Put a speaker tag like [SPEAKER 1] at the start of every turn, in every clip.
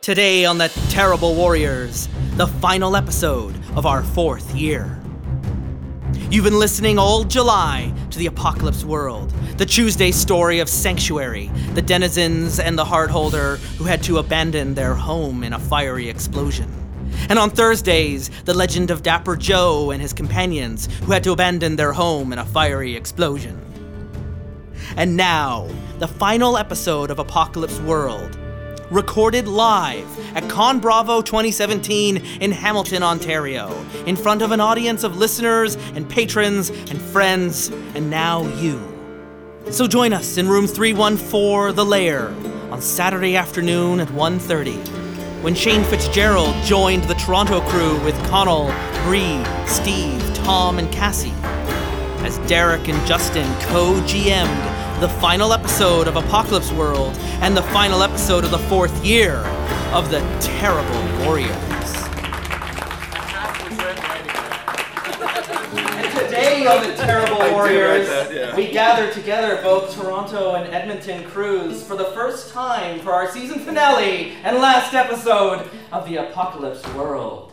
[SPEAKER 1] Today on the Terrible Warriors, the final episode of our fourth year. You've been listening all July to the Apocalypse World, the Tuesday story of Sanctuary, the denizens and the Hardholder who had to abandon their home in a fiery explosion. And on Thursdays, the legend of Dapper Joe and his companions who had to abandon their home in a fiery explosion. And now, the final episode of Apocalypse World, recorded live at Con Bravo 2017 in Hamilton, Ontario, in front of an audience of listeners and patrons and friends, and now you. So join us in room 314, The Lair, on Saturday afternoon at 1:30 when Shane Fitzgerald joined the Toronto crew with Connell, Bree, Steve, Tom, and Cassie, as Derek and Justin co GM'd the final episode of Apocalypse World and the final episode of the fourth year of the Terrible Warriors. And Today on the Terrible Warriors, we gather together both Toronto and Edmonton crews for the first time for our season finale and last episode of the Apocalypse World.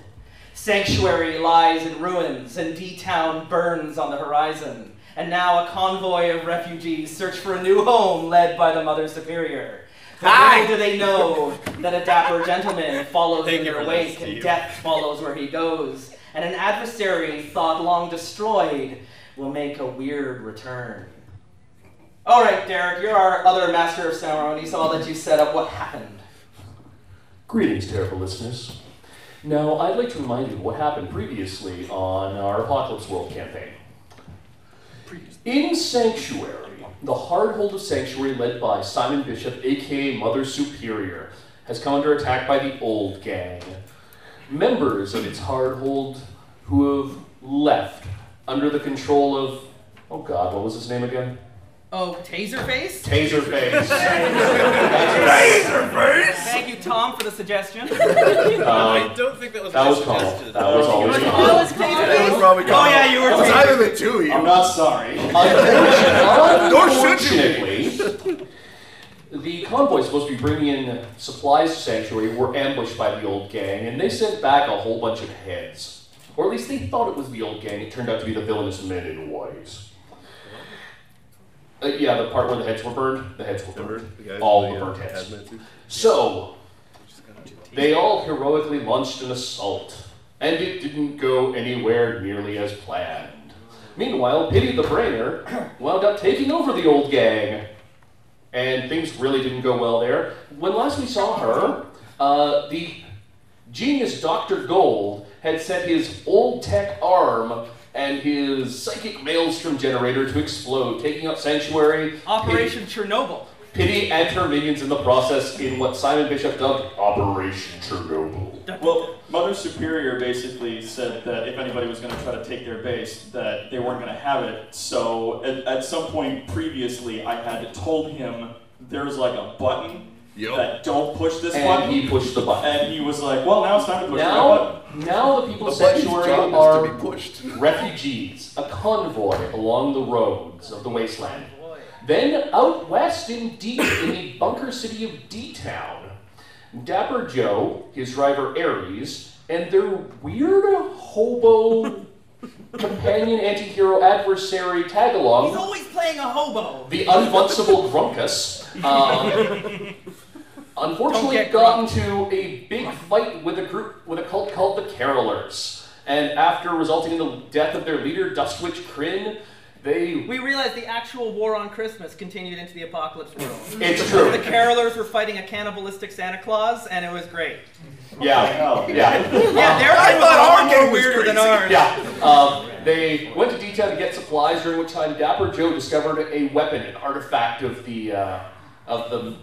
[SPEAKER 1] Sanctuary lies in ruins, and D Town burns on the horizon. And now a convoy of refugees search for a new home led by the Mother Superior. But
[SPEAKER 2] Hi.
[SPEAKER 1] little do they know that a dapper gentleman follows
[SPEAKER 2] Thank
[SPEAKER 1] in
[SPEAKER 2] you
[SPEAKER 1] their
[SPEAKER 2] for
[SPEAKER 1] wake,
[SPEAKER 2] that,
[SPEAKER 1] and
[SPEAKER 2] Steve.
[SPEAKER 1] death follows where he goes. And an adversary thought long destroyed will make a weird return. All right, Derek, you're our other master of ceremonies, so I'll let you set up what happened.
[SPEAKER 3] Greetings, terrible listeners. Now, I'd like to remind you what happened previously on our Apocalypse World campaign. In Sanctuary, the hardhold of Sanctuary, led by Simon Bishop, aka Mother Superior, has come under attack by the Old Gang. Members of its hardhold who have left under the control of, oh god, what was his name again?
[SPEAKER 1] Oh, Taserface?
[SPEAKER 3] Taserface.
[SPEAKER 1] Thank you, Tom, for the suggestion.
[SPEAKER 3] um,
[SPEAKER 2] I don't think that was
[SPEAKER 3] that
[SPEAKER 2] a
[SPEAKER 3] was called.
[SPEAKER 2] suggestion.
[SPEAKER 3] That was always called.
[SPEAKER 4] Oh, it's Taserface?
[SPEAKER 5] probably
[SPEAKER 1] Oh, yeah, you were
[SPEAKER 5] It's
[SPEAKER 1] right.
[SPEAKER 5] either the two of
[SPEAKER 3] I'm
[SPEAKER 5] you.
[SPEAKER 3] not sorry.
[SPEAKER 5] Nor should you
[SPEAKER 3] Unfortunately, the convoy supposed to be bringing in supplies to Sanctuary were ambushed by the old gang, and they sent back a whole bunch of heads. Or at least they thought it was the old gang. It turned out to be the villainous men in white. Uh, yeah, the part where the heads were burned. The heads were burned. All the uh, burnt heads. So, they all heroically launched an assault, and it didn't go anywhere nearly as planned. Meanwhile, Pity the Brainer wound up taking over the old gang, and things really didn't go well there. When last we saw her, uh, the genius Dr. Gold had set his old tech arm and his psychic maelstrom generator to explode, taking up Sanctuary.
[SPEAKER 1] Operation Chernobyl.
[SPEAKER 3] Pity and her minions in the process in what Simon Bishop dubbed Operation Chernobyl.
[SPEAKER 6] Well, Mother Superior basically said that if anybody was going to try to take their base, that they weren't going to have it. So at, at some point previously, I had told him there's like a button
[SPEAKER 5] Yup.
[SPEAKER 6] that don't push this
[SPEAKER 3] And
[SPEAKER 6] button,
[SPEAKER 3] he pushed the button.
[SPEAKER 6] and he was like, "Well, now it's time to push that button."
[SPEAKER 3] Now, now the people
[SPEAKER 5] The
[SPEAKER 3] of
[SPEAKER 5] button's
[SPEAKER 3] Sanctuary
[SPEAKER 5] job is to be
[SPEAKER 3] are
[SPEAKER 5] pushed.
[SPEAKER 3] refugees, a convoy along the roads of the wasteland. Then out west in deep in the bunker city of D Town, Dapper Joe, his driver Ares, and their weird hobo companion anti-hero adversary Tagalong.
[SPEAKER 1] He's always playing a hobo.
[SPEAKER 3] the unbuntsable Grunkus, um, unfortunately
[SPEAKER 1] Don't get
[SPEAKER 3] got into a big fight with a group with a cult called the Carolers. And after resulting in the death of their leader, Dustwitch Kryn, they
[SPEAKER 1] We realized the actual war on Christmas continued into the apocalypse world.
[SPEAKER 3] it's true.
[SPEAKER 1] The carolers were fighting a cannibalistic Santa Claus, and it was great.
[SPEAKER 3] Yeah, yeah,
[SPEAKER 1] Yeah, their
[SPEAKER 5] Oh, I
[SPEAKER 1] game was
[SPEAKER 5] thought
[SPEAKER 1] a lot
[SPEAKER 5] our
[SPEAKER 1] more
[SPEAKER 5] game was
[SPEAKER 1] weirder than
[SPEAKER 5] crazy.
[SPEAKER 1] ours.
[SPEAKER 3] yeah. Um, they went to detail to get supplies, during which time Dapper Joe discovered a weapon, an artifact of the uh, of the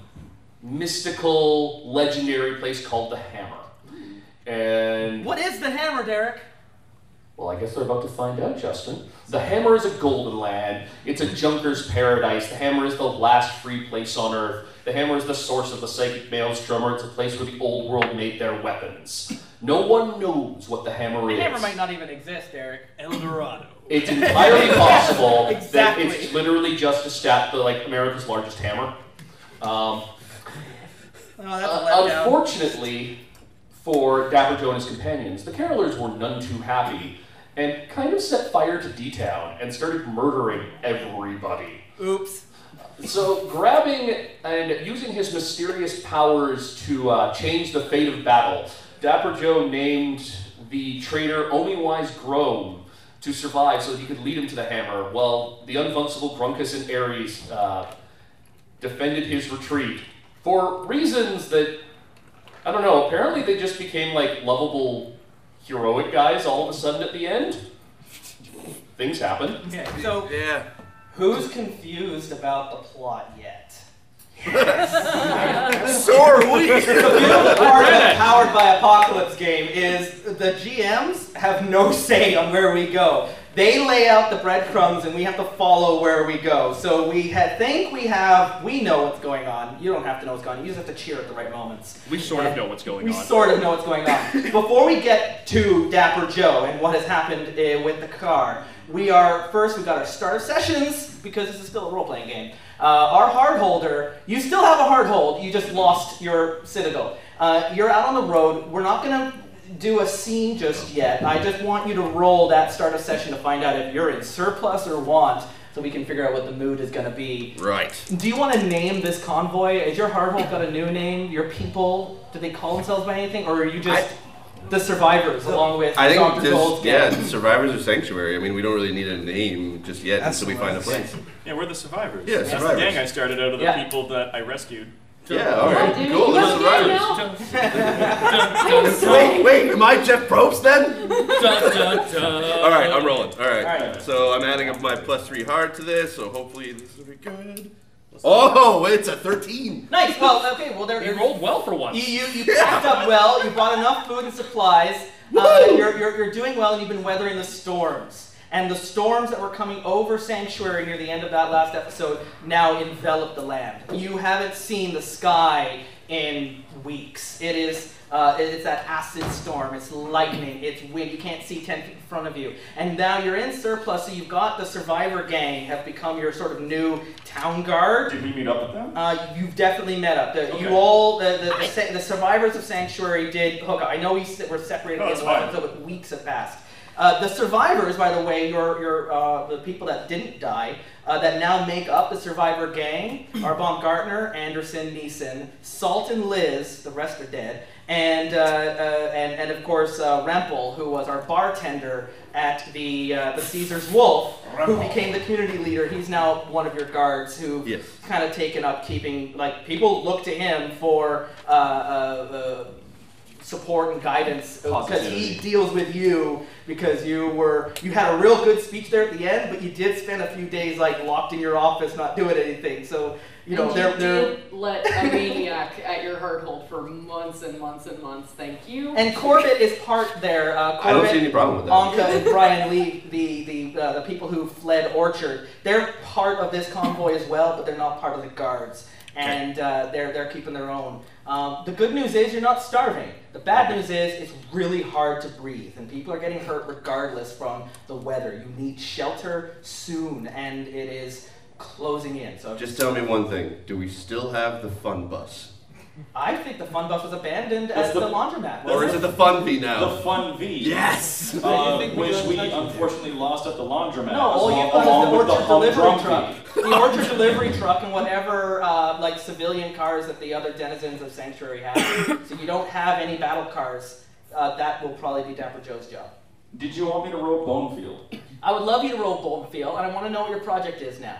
[SPEAKER 3] mystical, legendary place called the Hammer. And
[SPEAKER 1] What is the hammer, Derek?
[SPEAKER 3] Well, I guess they're about to find out, Justin. The Hammer is a golden land. It's a junker's paradise. The Hammer is the last free place on Earth. The Hammer is the source of the psychic maelstrom, or it's a place where the old world made their weapons. No one knows what the Hammer
[SPEAKER 1] The
[SPEAKER 3] is.
[SPEAKER 1] hammer might not even exist, Derek.
[SPEAKER 3] It's entirely possible
[SPEAKER 1] Exactly.
[SPEAKER 3] that it's literally just a stat, the, like America's largest hammer. Um,
[SPEAKER 7] Oh, that's a
[SPEAKER 3] Uh,
[SPEAKER 7] letdown.
[SPEAKER 3] unfortunately for Dapper Joe and his companions, the carolers were none too happy and kind of set fire to D Town and started murdering everybody.
[SPEAKER 7] Oops.
[SPEAKER 3] So, grabbing and using his mysterious powers to uh, change the fate of battle, Dapper Joe named the traitor Omiwise Grome to survive so that he could lead him to the hammer, while the unfungible Grunkus and Ares uh, defended his retreat for reasons that, I don't know, apparently they just became like lovable, heroic guys all of a sudden at the end. Things happen.
[SPEAKER 7] Okay, so
[SPEAKER 8] Yeah.
[SPEAKER 1] Who's confused about the plot yet?
[SPEAKER 8] So are we.
[SPEAKER 1] The beautiful part of the Powered by Apocalypse game is the GMs have no say on where we go. They lay out the breadcrumbs and we have to follow where we go. So we ha- think we have, we know what's going on. You don't have to know what's going on, you just have to cheer at the right moments.
[SPEAKER 9] We sort of know what's going
[SPEAKER 1] We
[SPEAKER 9] on.
[SPEAKER 1] sort of know what's going on. Before we get to Dapper Joe and what has happened uh, with the car, we are first we got our start of sessions because this is still a role playing game. Uh, our hard holder, you still have a hard hold. You just lost your citadel. Uh, you're out on the road. We're not gonna do a scene just yet. I just want you to roll that start of session to find out if you're in surplus or want, so we can figure out what the mood is gonna be.
[SPEAKER 8] Right.
[SPEAKER 1] Do you want to name this convoy? Is your hardhold got a new name? Your people? Do they call themselves by anything, or are you just the survivors along with
[SPEAKER 8] I
[SPEAKER 1] Doctor
[SPEAKER 8] think this,
[SPEAKER 1] Gold?
[SPEAKER 8] yeah, the survivors are sanctuary. I mean, we don't really need a name just yet
[SPEAKER 10] That's
[SPEAKER 8] until we
[SPEAKER 10] what
[SPEAKER 8] find a
[SPEAKER 10] I
[SPEAKER 8] place.
[SPEAKER 9] Yeah, we're the survivors.
[SPEAKER 8] Yeah,
[SPEAKER 9] That's
[SPEAKER 8] survivors.
[SPEAKER 9] the gang I started out of the
[SPEAKER 1] Yeah.
[SPEAKER 9] people that I rescued.
[SPEAKER 8] Yeah, all right,
[SPEAKER 11] Dude,
[SPEAKER 8] cool.
[SPEAKER 11] you
[SPEAKER 8] The
[SPEAKER 11] don't even
[SPEAKER 8] survivors.
[SPEAKER 11] know. I'm
[SPEAKER 8] Wait,
[SPEAKER 11] sorry.
[SPEAKER 8] wait, am I Jeff Probst then?
[SPEAKER 7] All
[SPEAKER 8] All right, I'm rolling. All right.
[SPEAKER 1] All right.
[SPEAKER 8] So I'm adding up my plus three hard to this, so hopefully this will be good. Oh, it's a 13.
[SPEAKER 1] Nice. Well, okay. Well, there
[SPEAKER 9] You rolled well for once.
[SPEAKER 1] You you, you packed up well. You bought enough food and supplies. Uh, you're, you're, you're doing well, and you've been weathering the storms. And the storms that were coming over Sanctuary near the end of that last episode now envelop the land. You haven't seen the sky in weeks. It is uh, it- it's that acid storm. It's lightning. It's wind. You can't see ten feet in front of you. And now you're in surplus, so you've got the survivor gang have become your sort of new town guard.
[SPEAKER 6] Did we meet up with them?
[SPEAKER 1] Uh, you've definitely met up. The, You
[SPEAKER 6] Okay.
[SPEAKER 1] all, the, the, the, sa- the survivors of Sanctuary did hook up. I know we se- were separated
[SPEAKER 6] Oh,
[SPEAKER 1] in
[SPEAKER 6] that's
[SPEAKER 1] the last
[SPEAKER 6] fine.
[SPEAKER 1] episode, but weeks have passed. Uh, the survivors, by the way, your, your, uh, the people that didn't die, uh, that now make up the survivor gang are Bomb Gartner, Anderson, Neeson, Salt and Liz, the rest are dead, and, uh, uh, and, and of course uh, Rempel, who was our bartender at the, uh, the Caesar's Wolf, who
[SPEAKER 6] Rempel.
[SPEAKER 1] became the community leader. He's now one of your guards who
[SPEAKER 8] Yes.
[SPEAKER 1] kind of taken up keeping like people look to him for uh, uh, uh, support and guidance because he
[SPEAKER 6] Positivity.
[SPEAKER 1] deals with you because you were you had a real good speech there at the end, but you did spend a few days like locked in your office not doing anything. So you know
[SPEAKER 11] And
[SPEAKER 1] they're they're.
[SPEAKER 11] did let a maniac at your hard hold for months and months and months. Thank you.
[SPEAKER 1] And Corbett is part there. Uh,
[SPEAKER 8] I don't see
[SPEAKER 1] Corbett,
[SPEAKER 8] any problem with that.
[SPEAKER 1] Anka, and Brian Lee, the the uh, the people who fled Orchard, they're part of this convoy as well, but they're not part of the guards, and uh, they're they're keeping their own. Um, the good news is you're not starving. The bad news is it's really hard to breathe, and people are getting hurt regardless from the weather. You need shelter soon, and it is closing in. So
[SPEAKER 8] Just tell me one thing. Do we still have the fun bus?
[SPEAKER 1] I think the fun bus was abandoned
[SPEAKER 6] That's
[SPEAKER 1] at the,
[SPEAKER 6] the-
[SPEAKER 1] laundromat.
[SPEAKER 8] Or is it the fun V now?
[SPEAKER 6] The Fun V.
[SPEAKER 8] Yes!
[SPEAKER 6] Uh,
[SPEAKER 7] I think we
[SPEAKER 6] which
[SPEAKER 7] don't
[SPEAKER 6] we
[SPEAKER 7] touch it.
[SPEAKER 6] unfortunately lost at the laundromat.
[SPEAKER 1] No, all
[SPEAKER 6] along,
[SPEAKER 1] you've got
[SPEAKER 6] along
[SPEAKER 1] is the orchard
[SPEAKER 6] with the
[SPEAKER 1] delivery
[SPEAKER 6] humdrum
[SPEAKER 1] truck.
[SPEAKER 6] V.
[SPEAKER 1] The orchard delivery truck and whatever uh, like civilian cars that the other denizens of Sanctuary have. so you don't have any battle cars. Uh, that will probably be Dapper Joe's job.
[SPEAKER 6] Did you want me to roll Bonefield?
[SPEAKER 1] I would love you to roll Boldfield, and I want to know what your project is now.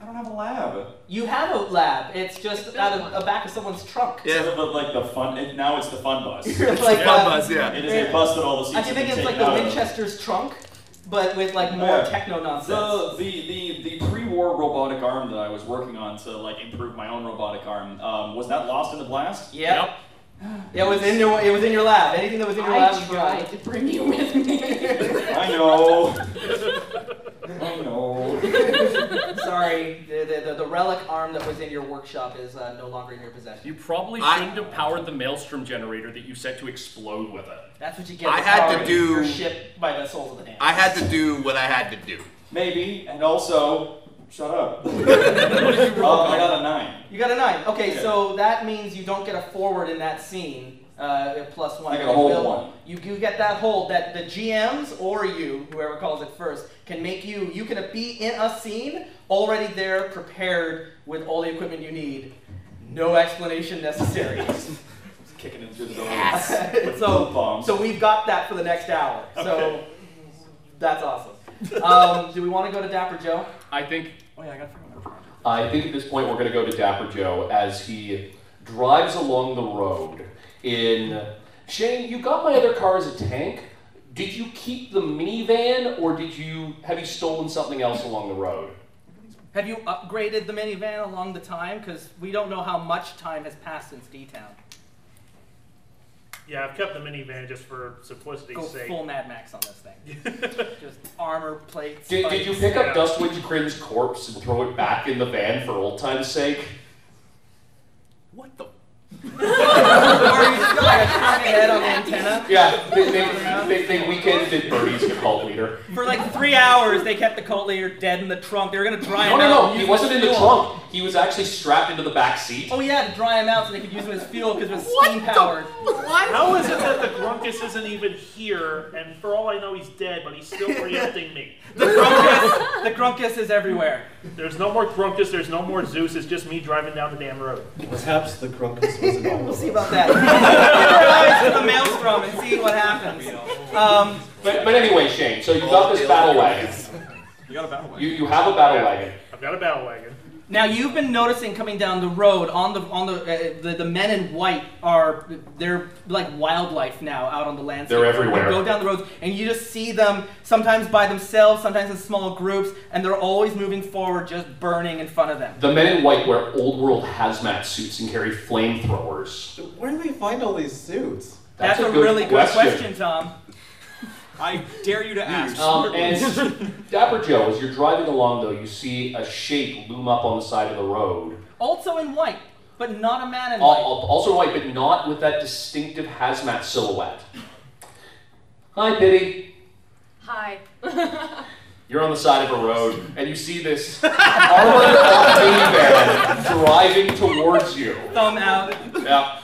[SPEAKER 6] I don't have a lab.
[SPEAKER 1] You have a lab. It's just
[SPEAKER 11] It's
[SPEAKER 1] out of
[SPEAKER 11] one.
[SPEAKER 1] the back of someone's trunk.
[SPEAKER 8] Yeah.
[SPEAKER 6] But like the fun, it, now it's the fun bus. it
[SPEAKER 1] It's like,
[SPEAKER 8] Fun
[SPEAKER 1] uh,
[SPEAKER 8] bus, yeah.
[SPEAKER 6] is a bus that all the seats
[SPEAKER 1] I do
[SPEAKER 6] have
[SPEAKER 1] think
[SPEAKER 6] been
[SPEAKER 1] it's like
[SPEAKER 6] taken
[SPEAKER 1] the
[SPEAKER 6] out of.
[SPEAKER 1] Winchester's trunk, but with like more
[SPEAKER 6] Yeah.
[SPEAKER 1] techno nonsense.
[SPEAKER 6] The, the, the, the pre-war robotic arm that I was working on to like improve my own robotic arm, um, was that lost in the blast?
[SPEAKER 1] yeah. It was in your it was in your lab. Anything that was in your lab.
[SPEAKER 11] I
[SPEAKER 1] was gone.
[SPEAKER 11] tried to bring you with me.
[SPEAKER 6] I know. I know.
[SPEAKER 1] Sorry, the, the, the, the relic arm that was in your workshop is uh, no longer in your possession.
[SPEAKER 9] You probably
[SPEAKER 8] I-
[SPEAKER 9] shouldn't have powered the maelstrom generator that you set to explode with it.
[SPEAKER 1] That's what you get.
[SPEAKER 8] I
[SPEAKER 1] for
[SPEAKER 8] had to
[SPEAKER 1] powering
[SPEAKER 8] do-
[SPEAKER 1] your ship by the souls of the damned.
[SPEAKER 8] I had to do what I had to do.
[SPEAKER 6] Maybe, and also Shut up. um, I got a nine.
[SPEAKER 1] You got a nine. Okay,
[SPEAKER 6] Okay.
[SPEAKER 1] so that means you don't get a forward in that scene. Uh, at plus one.
[SPEAKER 6] I get a hold
[SPEAKER 1] You will-
[SPEAKER 6] one.
[SPEAKER 1] You, you get that hold that the GMs or you, whoever calls it first, can make you. You can be in a scene already there, prepared with all the equipment you need. No explanation necessary.
[SPEAKER 6] Just kicking in through the With boom
[SPEAKER 1] so,
[SPEAKER 6] bombs.
[SPEAKER 1] so we've got that for the next hour. So
[SPEAKER 6] Okay.
[SPEAKER 1] that's awesome. Um, do we want to go to Dapper Joe?
[SPEAKER 9] I think
[SPEAKER 6] Oh yeah, I got to forget about
[SPEAKER 3] I think at this point we're going to go to Dapper Joe as he drives along the road in. Shane, you got my other car as a tank. Did you keep the minivan, or did you have you stolen something else along the road?
[SPEAKER 1] Have you upgraded the minivan along the time? Because we don't know how much time has passed since D Town.
[SPEAKER 7] Yeah, I've kept the minivan just for simplicity's
[SPEAKER 1] Go
[SPEAKER 7] sake.
[SPEAKER 1] full Mad Max on this thing. Just armor plates.
[SPEAKER 3] Did, did you
[SPEAKER 1] spikes.
[SPEAKER 3] pick up
[SPEAKER 7] yeah.
[SPEAKER 3] Dustwind's Crim's corpse and throw it back in the van for old time's sake?
[SPEAKER 9] what the
[SPEAKER 1] Or you just got like a tiny head on the antenna?
[SPEAKER 3] Yeah, they, they, they, they weekended Birdie's the cult leader.
[SPEAKER 1] For like three hours, they kept the cult leader dead in the trunk. They were gonna dry
[SPEAKER 3] No,
[SPEAKER 1] him
[SPEAKER 3] no,
[SPEAKER 1] out.
[SPEAKER 3] no.
[SPEAKER 1] and
[SPEAKER 3] He
[SPEAKER 1] use
[SPEAKER 3] wasn't
[SPEAKER 1] him
[SPEAKER 3] in
[SPEAKER 1] as
[SPEAKER 3] the
[SPEAKER 1] fuel.
[SPEAKER 3] trunk. He was actually strapped into the back seat.
[SPEAKER 1] Oh yeah, to dry him out so they could use him as fuel because it was steam powered.
[SPEAKER 7] How is it that the Grunkus isn't even here, and for all I know, he's dead, but he's still preempting me?
[SPEAKER 1] The grunkus, the grunkus is everywhere.
[SPEAKER 7] There's no more Grunkus, there's no more Zeus, it's just me driving down the damn road.
[SPEAKER 10] Perhaps the Crocus was an
[SPEAKER 1] We'll see about that. Keep your eyes to the maelstrom and see what happens. Um,
[SPEAKER 3] But, but anyway, Shane, so you
[SPEAKER 6] Oh,
[SPEAKER 3] got this battle wagon.
[SPEAKER 6] You got a battle
[SPEAKER 3] You, you have a battle wagon.
[SPEAKER 7] I've got a battle wagon.
[SPEAKER 1] Now you've been noticing coming down the road on the on the uh, the, the men in white are they're like wildlife now out on the landscape.
[SPEAKER 3] They're everywhere.
[SPEAKER 1] You go down the roads and you just see them sometimes by themselves, sometimes in small groups, and they're always moving forward, just burning in front of them.
[SPEAKER 3] The men in white wear old world hazmat suits and carry flamethrowers.
[SPEAKER 10] Where do they find all these suits?
[SPEAKER 1] That's, a, really good question, Tom.
[SPEAKER 12] I dare you to ask.
[SPEAKER 3] Um, and Dapper Joe, as you're driving along, though, you see a shape loom up on the side of the road.
[SPEAKER 1] Also in white, but not a man in
[SPEAKER 3] Al-
[SPEAKER 1] white.
[SPEAKER 3] al- Also white, but not with that distinctive hazmat silhouette. Hi, Pity.
[SPEAKER 11] Hi.
[SPEAKER 3] You're on the side of a road, and you see this armored minivan driving towards you.
[SPEAKER 1] Thumb out.
[SPEAKER 3] Yeah.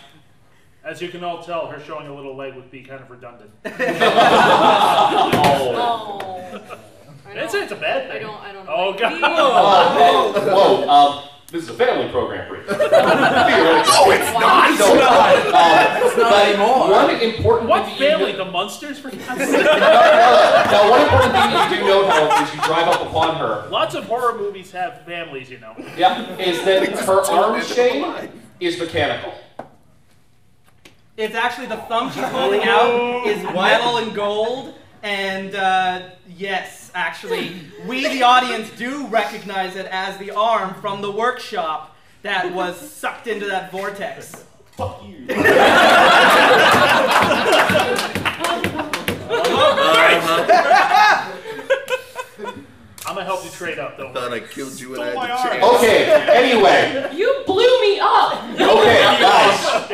[SPEAKER 7] As you can all tell, her showing a little leg would be kind of redundant.
[SPEAKER 3] Oh.
[SPEAKER 11] Oh. I
[SPEAKER 7] That's
[SPEAKER 11] don't-
[SPEAKER 7] it, it's a bad
[SPEAKER 11] I
[SPEAKER 7] thing.
[SPEAKER 11] don't. I don't.
[SPEAKER 7] Oh,
[SPEAKER 11] like
[SPEAKER 7] God.
[SPEAKER 11] these.
[SPEAKER 3] Uh, hey, whoa. Um, this is a family program, Bree. no, it's
[SPEAKER 11] not.
[SPEAKER 3] No, it's
[SPEAKER 8] uh-huh.
[SPEAKER 3] not. Um, but One important
[SPEAKER 7] What
[SPEAKER 3] thing that you
[SPEAKER 7] family?
[SPEAKER 3] do-
[SPEAKER 7] The Munsters, for God's sake?
[SPEAKER 3] Now, one important thing that you do know, however, is you drive up upon her.
[SPEAKER 7] Lots of horror movies have families, you know.
[SPEAKER 3] Yep. Is that her arm chain is mechanical.
[SPEAKER 1] It's actually the thumb she's holding out is metal and gold. And uh, yes, actually, we the audience do recognize it as the arm from the workshop that was sucked into that vortex.
[SPEAKER 6] Fuck you.
[SPEAKER 7] I'm gonna help you trade up, though.
[SPEAKER 8] Thought I killed you when
[SPEAKER 7] Stole
[SPEAKER 8] I
[SPEAKER 7] my
[SPEAKER 8] had the
[SPEAKER 7] arm.
[SPEAKER 8] chance.
[SPEAKER 3] Okay, anyway.
[SPEAKER 11] You blew me up.
[SPEAKER 3] Okay, guys.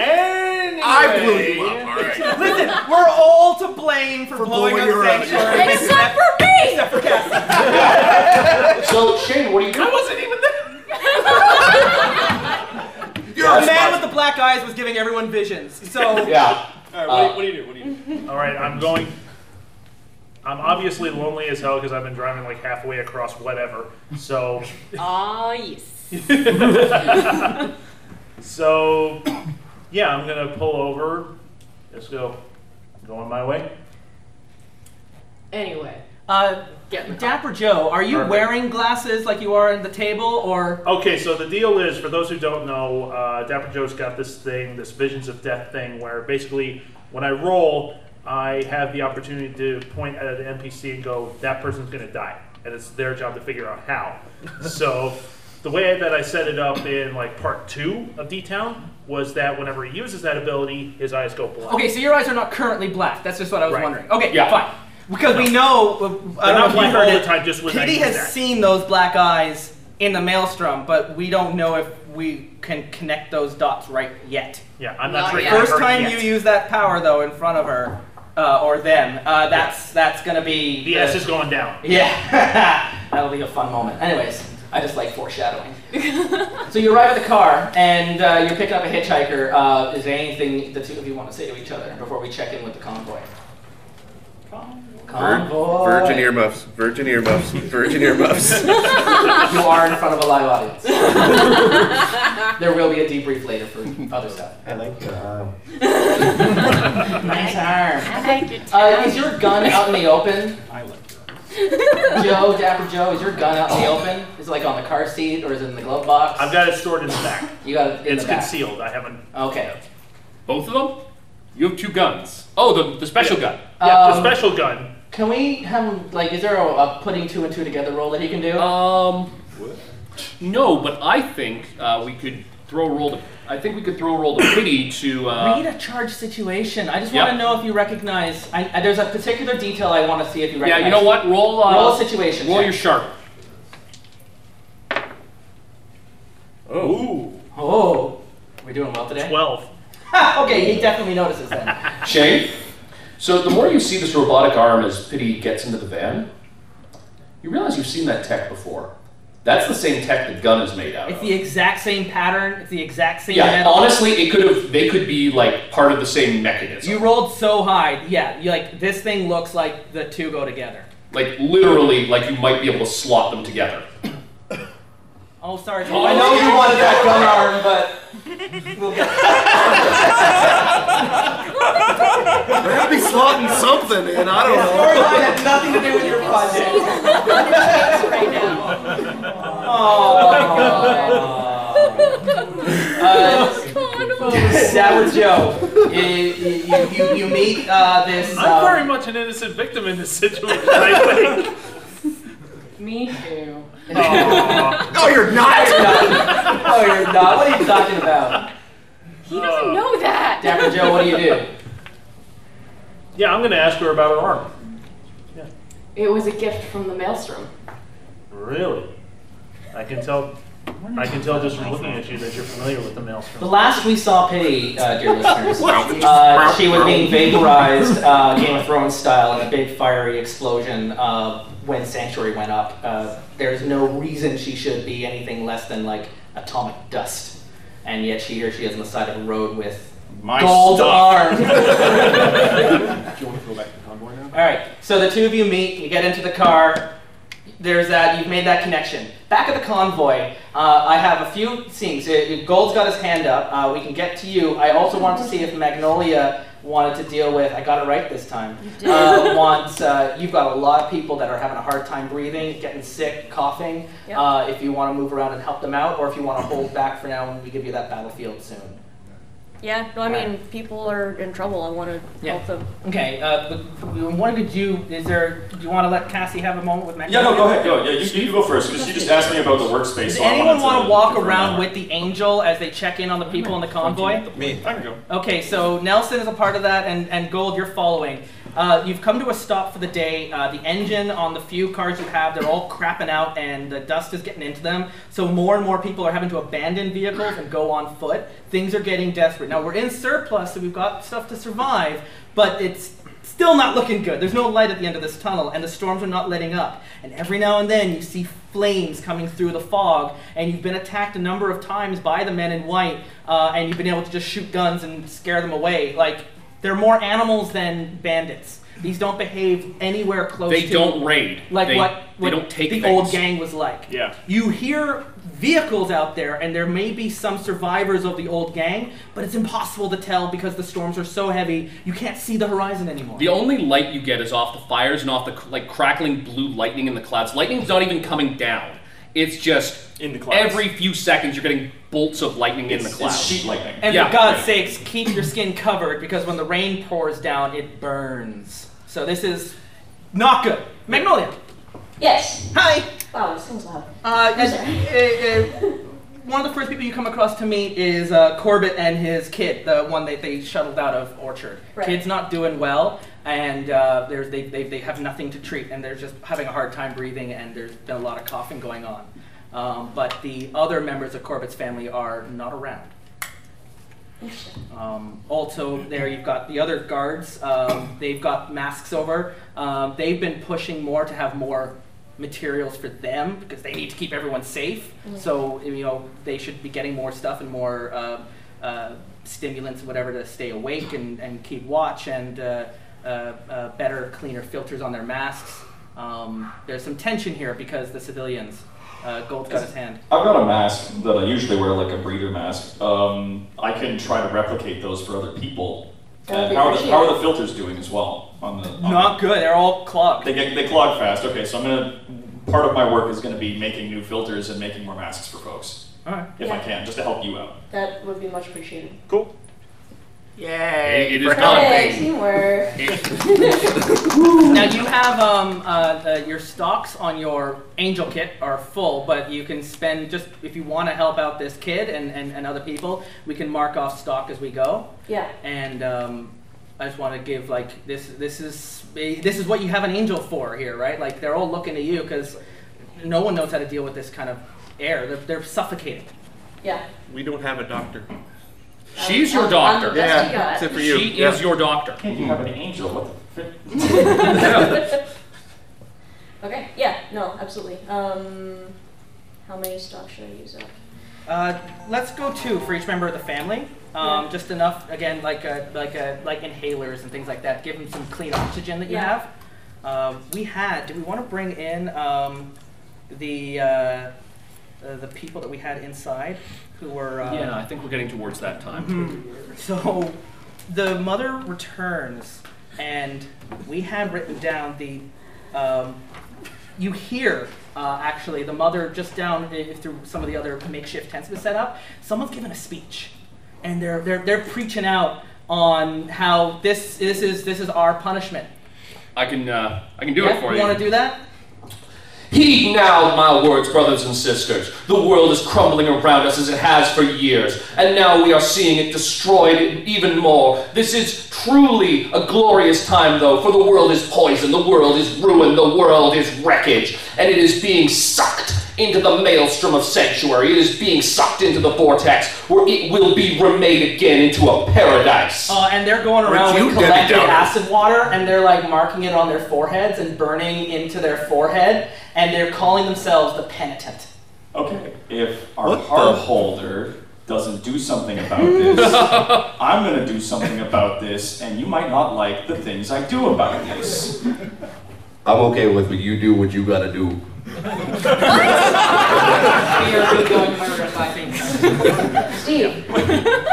[SPEAKER 8] I blew you up. All right.
[SPEAKER 1] Listen, we're all to blame for, blowing up
[SPEAKER 12] blowing her up.
[SPEAKER 1] sanctuary.
[SPEAKER 11] Except for me.
[SPEAKER 1] Except for Cassie.
[SPEAKER 3] So, Shane, what do you do?
[SPEAKER 1] The man with the black eyes was giving everyone visions. So
[SPEAKER 11] Uh,
[SPEAKER 3] Yeah.
[SPEAKER 6] All right, what, do you, what do you do? What do you do?
[SPEAKER 7] All right, I'm going. I'm obviously lonely as hell because I've been driving like halfway across whatever. So,
[SPEAKER 11] Ah yes.
[SPEAKER 7] so yeah, I'm gonna pull over. Let's go. Going my way.
[SPEAKER 11] Anyway,
[SPEAKER 1] uh,
[SPEAKER 11] get in the car.
[SPEAKER 1] Dapper Joe, are you
[SPEAKER 7] Perfect.
[SPEAKER 1] wearing glasses like you are in the table or
[SPEAKER 7] Okay, so the deal is, for those who don't know, uh, Dapper Joe's got this thing, this Visions of Death thing, where basically when I roll, I have the opportunity to point at an NPC and go, that person's going to die. And it's their job to figure out how. so the way that I set it up in like part two of D Town was that whenever he uses that ability, his eyes go black.
[SPEAKER 1] Okay, so your eyes are not currently black. That's just what I was
[SPEAKER 7] Right.
[SPEAKER 1] wondering. Okay,
[SPEAKER 3] Yeah.
[SPEAKER 1] fine. Because we know, uh, I
[SPEAKER 7] They're
[SPEAKER 1] don't know
[SPEAKER 7] not
[SPEAKER 1] if you
[SPEAKER 7] black
[SPEAKER 1] heard
[SPEAKER 7] all the
[SPEAKER 1] it.
[SPEAKER 7] time, just when I
[SPEAKER 1] Kitty
[SPEAKER 7] use
[SPEAKER 1] has
[SPEAKER 7] that.
[SPEAKER 1] seen those black eyes in the maelstrom, but we don't know if we can connect those dots right yet.
[SPEAKER 7] Yeah, I'm
[SPEAKER 11] Not
[SPEAKER 7] not sure.
[SPEAKER 11] yet.
[SPEAKER 7] if I
[SPEAKER 1] First
[SPEAKER 7] heard
[SPEAKER 1] time
[SPEAKER 7] yet.
[SPEAKER 1] you use that power though in front of her uh, or them, uh, that's that's gonna be
[SPEAKER 7] The S is going down.
[SPEAKER 1] yeah. That'll be a fun moment. Anyways, I just like foreshadowing. so you arrive at the car, and uh, you're picking up a hitchhiker. Uh, is there anything the two of you want to say to each other before we check in with the convoy?
[SPEAKER 8] Vir-
[SPEAKER 1] Convoy.
[SPEAKER 8] virgin earmuffs. Virgin earmuffs. Virgin earmuffs.
[SPEAKER 1] you are in front of a live audience. there will be a debrief later for other stuff.
[SPEAKER 10] I like uh, your arm.
[SPEAKER 1] nice arm. Uh, is your gun out in the open?
[SPEAKER 12] I like your
[SPEAKER 1] Joe, Dapper Joe, is your gun out in the open? Is it like on the car seat or is it in the glove box?
[SPEAKER 7] I've got it stored in the back.
[SPEAKER 1] You got it in
[SPEAKER 9] It's
[SPEAKER 1] the back.
[SPEAKER 9] concealed. I haven't.
[SPEAKER 1] Okay.
[SPEAKER 9] Both of them? You have two guns. Oh, the, the special gun.
[SPEAKER 7] Yeah, the
[SPEAKER 1] Um,
[SPEAKER 7] special gun.
[SPEAKER 1] Can we have like is there a, a putting two and two together roll that he can do?
[SPEAKER 3] Oh.
[SPEAKER 9] Um. No, but I think uh, we could throw a roll. To, I think we could throw a roll to pity to.
[SPEAKER 1] Read
[SPEAKER 9] Uh,
[SPEAKER 1] a charge situation. I just
[SPEAKER 9] Yeah.
[SPEAKER 1] want to know if you recognize. I, I- there's a particular detail I want to see if you
[SPEAKER 9] yeah,
[SPEAKER 1] recognize.
[SPEAKER 9] you know what? Roll. Uh,
[SPEAKER 1] Roll a situation.
[SPEAKER 9] Roll
[SPEAKER 1] check.
[SPEAKER 9] your sharp.
[SPEAKER 8] Oh.
[SPEAKER 1] Oh, we're doing well today.
[SPEAKER 7] Twelve.
[SPEAKER 1] Ha, okay, he definitely notices then.
[SPEAKER 3] Shane, so the more you see this robotic arm as Pity gets into the van, you realize you've seen that tech before. That's the same tech that Gun is made out
[SPEAKER 1] it's
[SPEAKER 3] of.
[SPEAKER 1] the exact same pattern. It's the exact same.
[SPEAKER 3] Yeah,
[SPEAKER 1] metal.
[SPEAKER 3] honestly, it could have. They could be like part of the same mechanism.
[SPEAKER 1] You rolled so high. Yeah, you like this thing looks like the two go together.
[SPEAKER 3] like literally, like you might be able to slot them together.
[SPEAKER 1] Oh, sorry.
[SPEAKER 10] I know you wanted that gun arm, but
[SPEAKER 1] We'll get-
[SPEAKER 8] We're gonna be slotting something in. I don't know.
[SPEAKER 1] storyline had nothing to do with your project.
[SPEAKER 11] right now.
[SPEAKER 1] Oh. Uh, Sour Joe, you, you, you, you meet uh, this.
[SPEAKER 7] I'm
[SPEAKER 1] um,
[SPEAKER 7] very much an innocent victim in this situation. I think.
[SPEAKER 11] Me too.
[SPEAKER 7] Aw.
[SPEAKER 8] No, you're not.
[SPEAKER 1] oh, uh, you're not. What are you talking about?
[SPEAKER 11] He doesn't know that.
[SPEAKER 1] Dapper Joe, what do you do?
[SPEAKER 7] yeah, I'm gonna ask her about her arm.
[SPEAKER 11] It was a gift from the maelstrom.
[SPEAKER 7] Really? I can tell. I can tell just from looking at you that you're familiar with the
[SPEAKER 1] The
[SPEAKER 7] maelstrom.
[SPEAKER 1] last we saw Pity, uh, dear listeners, uh, she was being vaporized uh, Game of Thrones style in a big fiery explosion uh, when Sanctuary went up. Uh, there's no reason she should be anything less than like atomic dust. And yet she here she is on the side of a road with
[SPEAKER 9] My
[SPEAKER 1] gold arm.
[SPEAKER 10] do you want to go back to the convoy now?
[SPEAKER 1] All right, so the two of you meet, you get into the car. There's that, you've made that connection. Back at the convoy, uh, I have a few scenes. Uh, Gold's got his hand up. Uh, we can get to you. I also wanted to see if Magnolia wanted to deal with, I got it right this time. You
[SPEAKER 11] did.
[SPEAKER 1] Uh, wants, uh, you've got a lot of people that are having a hard time breathing, getting sick, coughing.
[SPEAKER 11] Yep.
[SPEAKER 1] Uh, if you want to move around and help them out, or if you want to hold back for now and we give you that battlefield soon.
[SPEAKER 13] Yeah, no, I mean, people are in trouble. I want to
[SPEAKER 1] Yeah.
[SPEAKER 13] help them.
[SPEAKER 1] Okay, uh, but- but what did you, is there, do you want to let Cassie have a moment with Magnolia?
[SPEAKER 6] Yeah, no, go ahead. Go. Yeah, you, you go first because you just asked me about the workspace.
[SPEAKER 1] Does
[SPEAKER 6] so I
[SPEAKER 1] anyone
[SPEAKER 6] wanted
[SPEAKER 1] want to
[SPEAKER 6] to
[SPEAKER 1] walk
[SPEAKER 6] different
[SPEAKER 1] around
[SPEAKER 6] manner.
[SPEAKER 1] with the angel as they check in on the people in the convoy?
[SPEAKER 8] Me.
[SPEAKER 6] I can go.
[SPEAKER 1] Okay, so Nelson is a part of that, and, and Gold, you're following. Uh, you've come to a stop for the day. Uh, the engine on the few cars you have, they're all crapping out, and the dust is getting into them. So more and more people are having to abandon vehicles and go on foot. Things are getting desperate. Now, we're in surplus, so we've got stuff to survive, but it's still not looking good. There's no light at the end of this tunnel, and the storms are not letting up. And every now and then, you see flames coming through the fog, and you've been attacked a number of times by the men in white, uh, and you've been able to just shoot guns and scare them away. Like, they're more animals than bandits. These don't behave anywhere close
[SPEAKER 9] They
[SPEAKER 1] to
[SPEAKER 9] don't raid.
[SPEAKER 1] like
[SPEAKER 9] they,
[SPEAKER 1] what,
[SPEAKER 9] they
[SPEAKER 1] what
[SPEAKER 9] don't take
[SPEAKER 1] the
[SPEAKER 9] things.
[SPEAKER 1] old gang was like.
[SPEAKER 9] Yeah.
[SPEAKER 1] You hear vehicles out there, and there may be some survivors of the old gang, but it's impossible to tell because the storms are so heavy, you can't see the horizon anymore.
[SPEAKER 9] The only light you get is off the fires and off the like crackling blue lightning in the clouds. Lightning's not even coming down. It's just
[SPEAKER 6] In the clouds.
[SPEAKER 9] Every few seconds, you're getting bolts of lightning in the
[SPEAKER 6] It's,
[SPEAKER 9] clouds.
[SPEAKER 6] it's sheet lightning.
[SPEAKER 1] And
[SPEAKER 9] Yeah.
[SPEAKER 1] for God's sakes, keep your skin covered because when the rain pours down, it burns. So this is not good. Magnolia.
[SPEAKER 14] Yes.
[SPEAKER 1] Hi.
[SPEAKER 14] Wow, this thing's loud.
[SPEAKER 1] Uh, and, uh, uh, one of the first people you come across to meet is uh, Corbett and his kid, the one that they shuttled out of Orchard.
[SPEAKER 14] Right.
[SPEAKER 1] Kid's not doing well, and uh, there's, they, they, they have nothing to treat, and they're just having a hard time breathing, and there's been a lot of coughing going on. Um, but the other members of Corbett's family are not around. Um, also, there you've got the other guards. Um, they've got masks over. Um, they've been pushing more to have more materials for them because they need to keep everyone safe.
[SPEAKER 15] Mhm.
[SPEAKER 1] So you know they should be getting more stuff and more uh, uh, stimulants and whatever to stay awake and, and keep watch and uh, uh, uh, better, cleaner filters on their masks. Um, there's some tension here because the civilians. Uh, Gold's got his hand.
[SPEAKER 6] I've got a mask that I usually wear, like a breather mask. Um, I can try to replicate those for other people.
[SPEAKER 1] That would
[SPEAKER 6] And
[SPEAKER 1] be
[SPEAKER 6] how are, the,
[SPEAKER 1] appreciated.
[SPEAKER 6] how are the filters doing as well? On the on
[SPEAKER 1] Not good. They're all clogged.
[SPEAKER 6] They get they clog fast. Okay, so I'm gonna. Part of my work is gonna be making new filters and making more masks for folks.
[SPEAKER 1] All right.
[SPEAKER 6] If I
[SPEAKER 14] Yeah.
[SPEAKER 6] can, just to help you out.
[SPEAKER 14] That would be much appreciated.
[SPEAKER 6] Cool.
[SPEAKER 9] Yay! It is
[SPEAKER 6] for
[SPEAKER 9] not
[SPEAKER 14] Hey,
[SPEAKER 9] big.
[SPEAKER 14] teamwork.
[SPEAKER 1] now you have um, uh, the, your stocks on your angel kit are full, but you can spend just if you want to help out this kid and, and, and other people. We can mark off stock as we go.
[SPEAKER 14] Yeah.
[SPEAKER 1] And um, I just want to give like this this is this is what you have an angel for here, right? Like they're all looking to you because no one knows how to deal with this kind of air. They're, they're suffocating.
[SPEAKER 14] Yeah.
[SPEAKER 8] We don't have a doctor.
[SPEAKER 9] She's your
[SPEAKER 8] Um,
[SPEAKER 9] doctor.
[SPEAKER 8] um, Yeah, that's what you got. except for you.
[SPEAKER 9] She
[SPEAKER 8] Yeah.
[SPEAKER 9] is your doctor.
[SPEAKER 6] Hey, you have an angel. What the?
[SPEAKER 14] Okay. Yeah. No. Absolutely. Um, how many stocks should I use up?
[SPEAKER 1] Uh, let's go two for each member of the family. Um, Just enough, again, like a, like a, like inhalers and things like that. Give them some clean oxygen that you
[SPEAKER 14] Yeah.
[SPEAKER 1] have. Um, we had. Do we want to bring in um, the uh, uh, the people that we had inside who were? Uh,
[SPEAKER 9] yeah, I think we're getting towards that time.
[SPEAKER 1] Mhm. So the mother returns, and we had written down the. Um, you hear uh, actually the mother just down i- if through some of the other makeshift tents we set up. Someone's giving a speech, and they're they're they're preaching out on how this this is this is our punishment.
[SPEAKER 9] I can uh, I can do
[SPEAKER 1] Yeah?
[SPEAKER 9] it for you.
[SPEAKER 1] You want to do that?
[SPEAKER 3] Heed now my words, brothers and sisters. The world is crumbling around us as it has for years, and now we are seeing it destroyed even more. This is truly a glorious time, though, for the world is poison, the world is ruin, the world is wreckage, and it is being sucked into the maelstrom of sanctuary. It is being sucked into the vortex, where it will be remade again into a paradise.
[SPEAKER 1] Uh, and they're going
[SPEAKER 3] Aren't
[SPEAKER 1] around
[SPEAKER 3] you
[SPEAKER 1] with
[SPEAKER 3] Debbie
[SPEAKER 1] collected
[SPEAKER 3] Downer?
[SPEAKER 1] acid water, and they're like marking it on their foreheads and burning into their forehead, and they're calling themselves the penitent.
[SPEAKER 6] Okay. If our card holder doesn't do something about this, I'm gonna do something about this, and you might not like the things I do about this.
[SPEAKER 5] I'm okay with what you do what you gotta do.
[SPEAKER 14] Steve,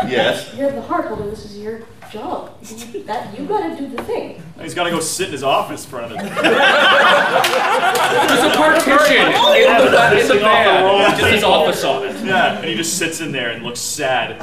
[SPEAKER 8] Yes.
[SPEAKER 14] you're the heart holder. This is your job. That you gotta do the thing.
[SPEAKER 16] He's got to go sit in his office for another.
[SPEAKER 9] There's a partition in the, in the van. Just his office on it.
[SPEAKER 16] Yeah, and he just sits in there and looks sad.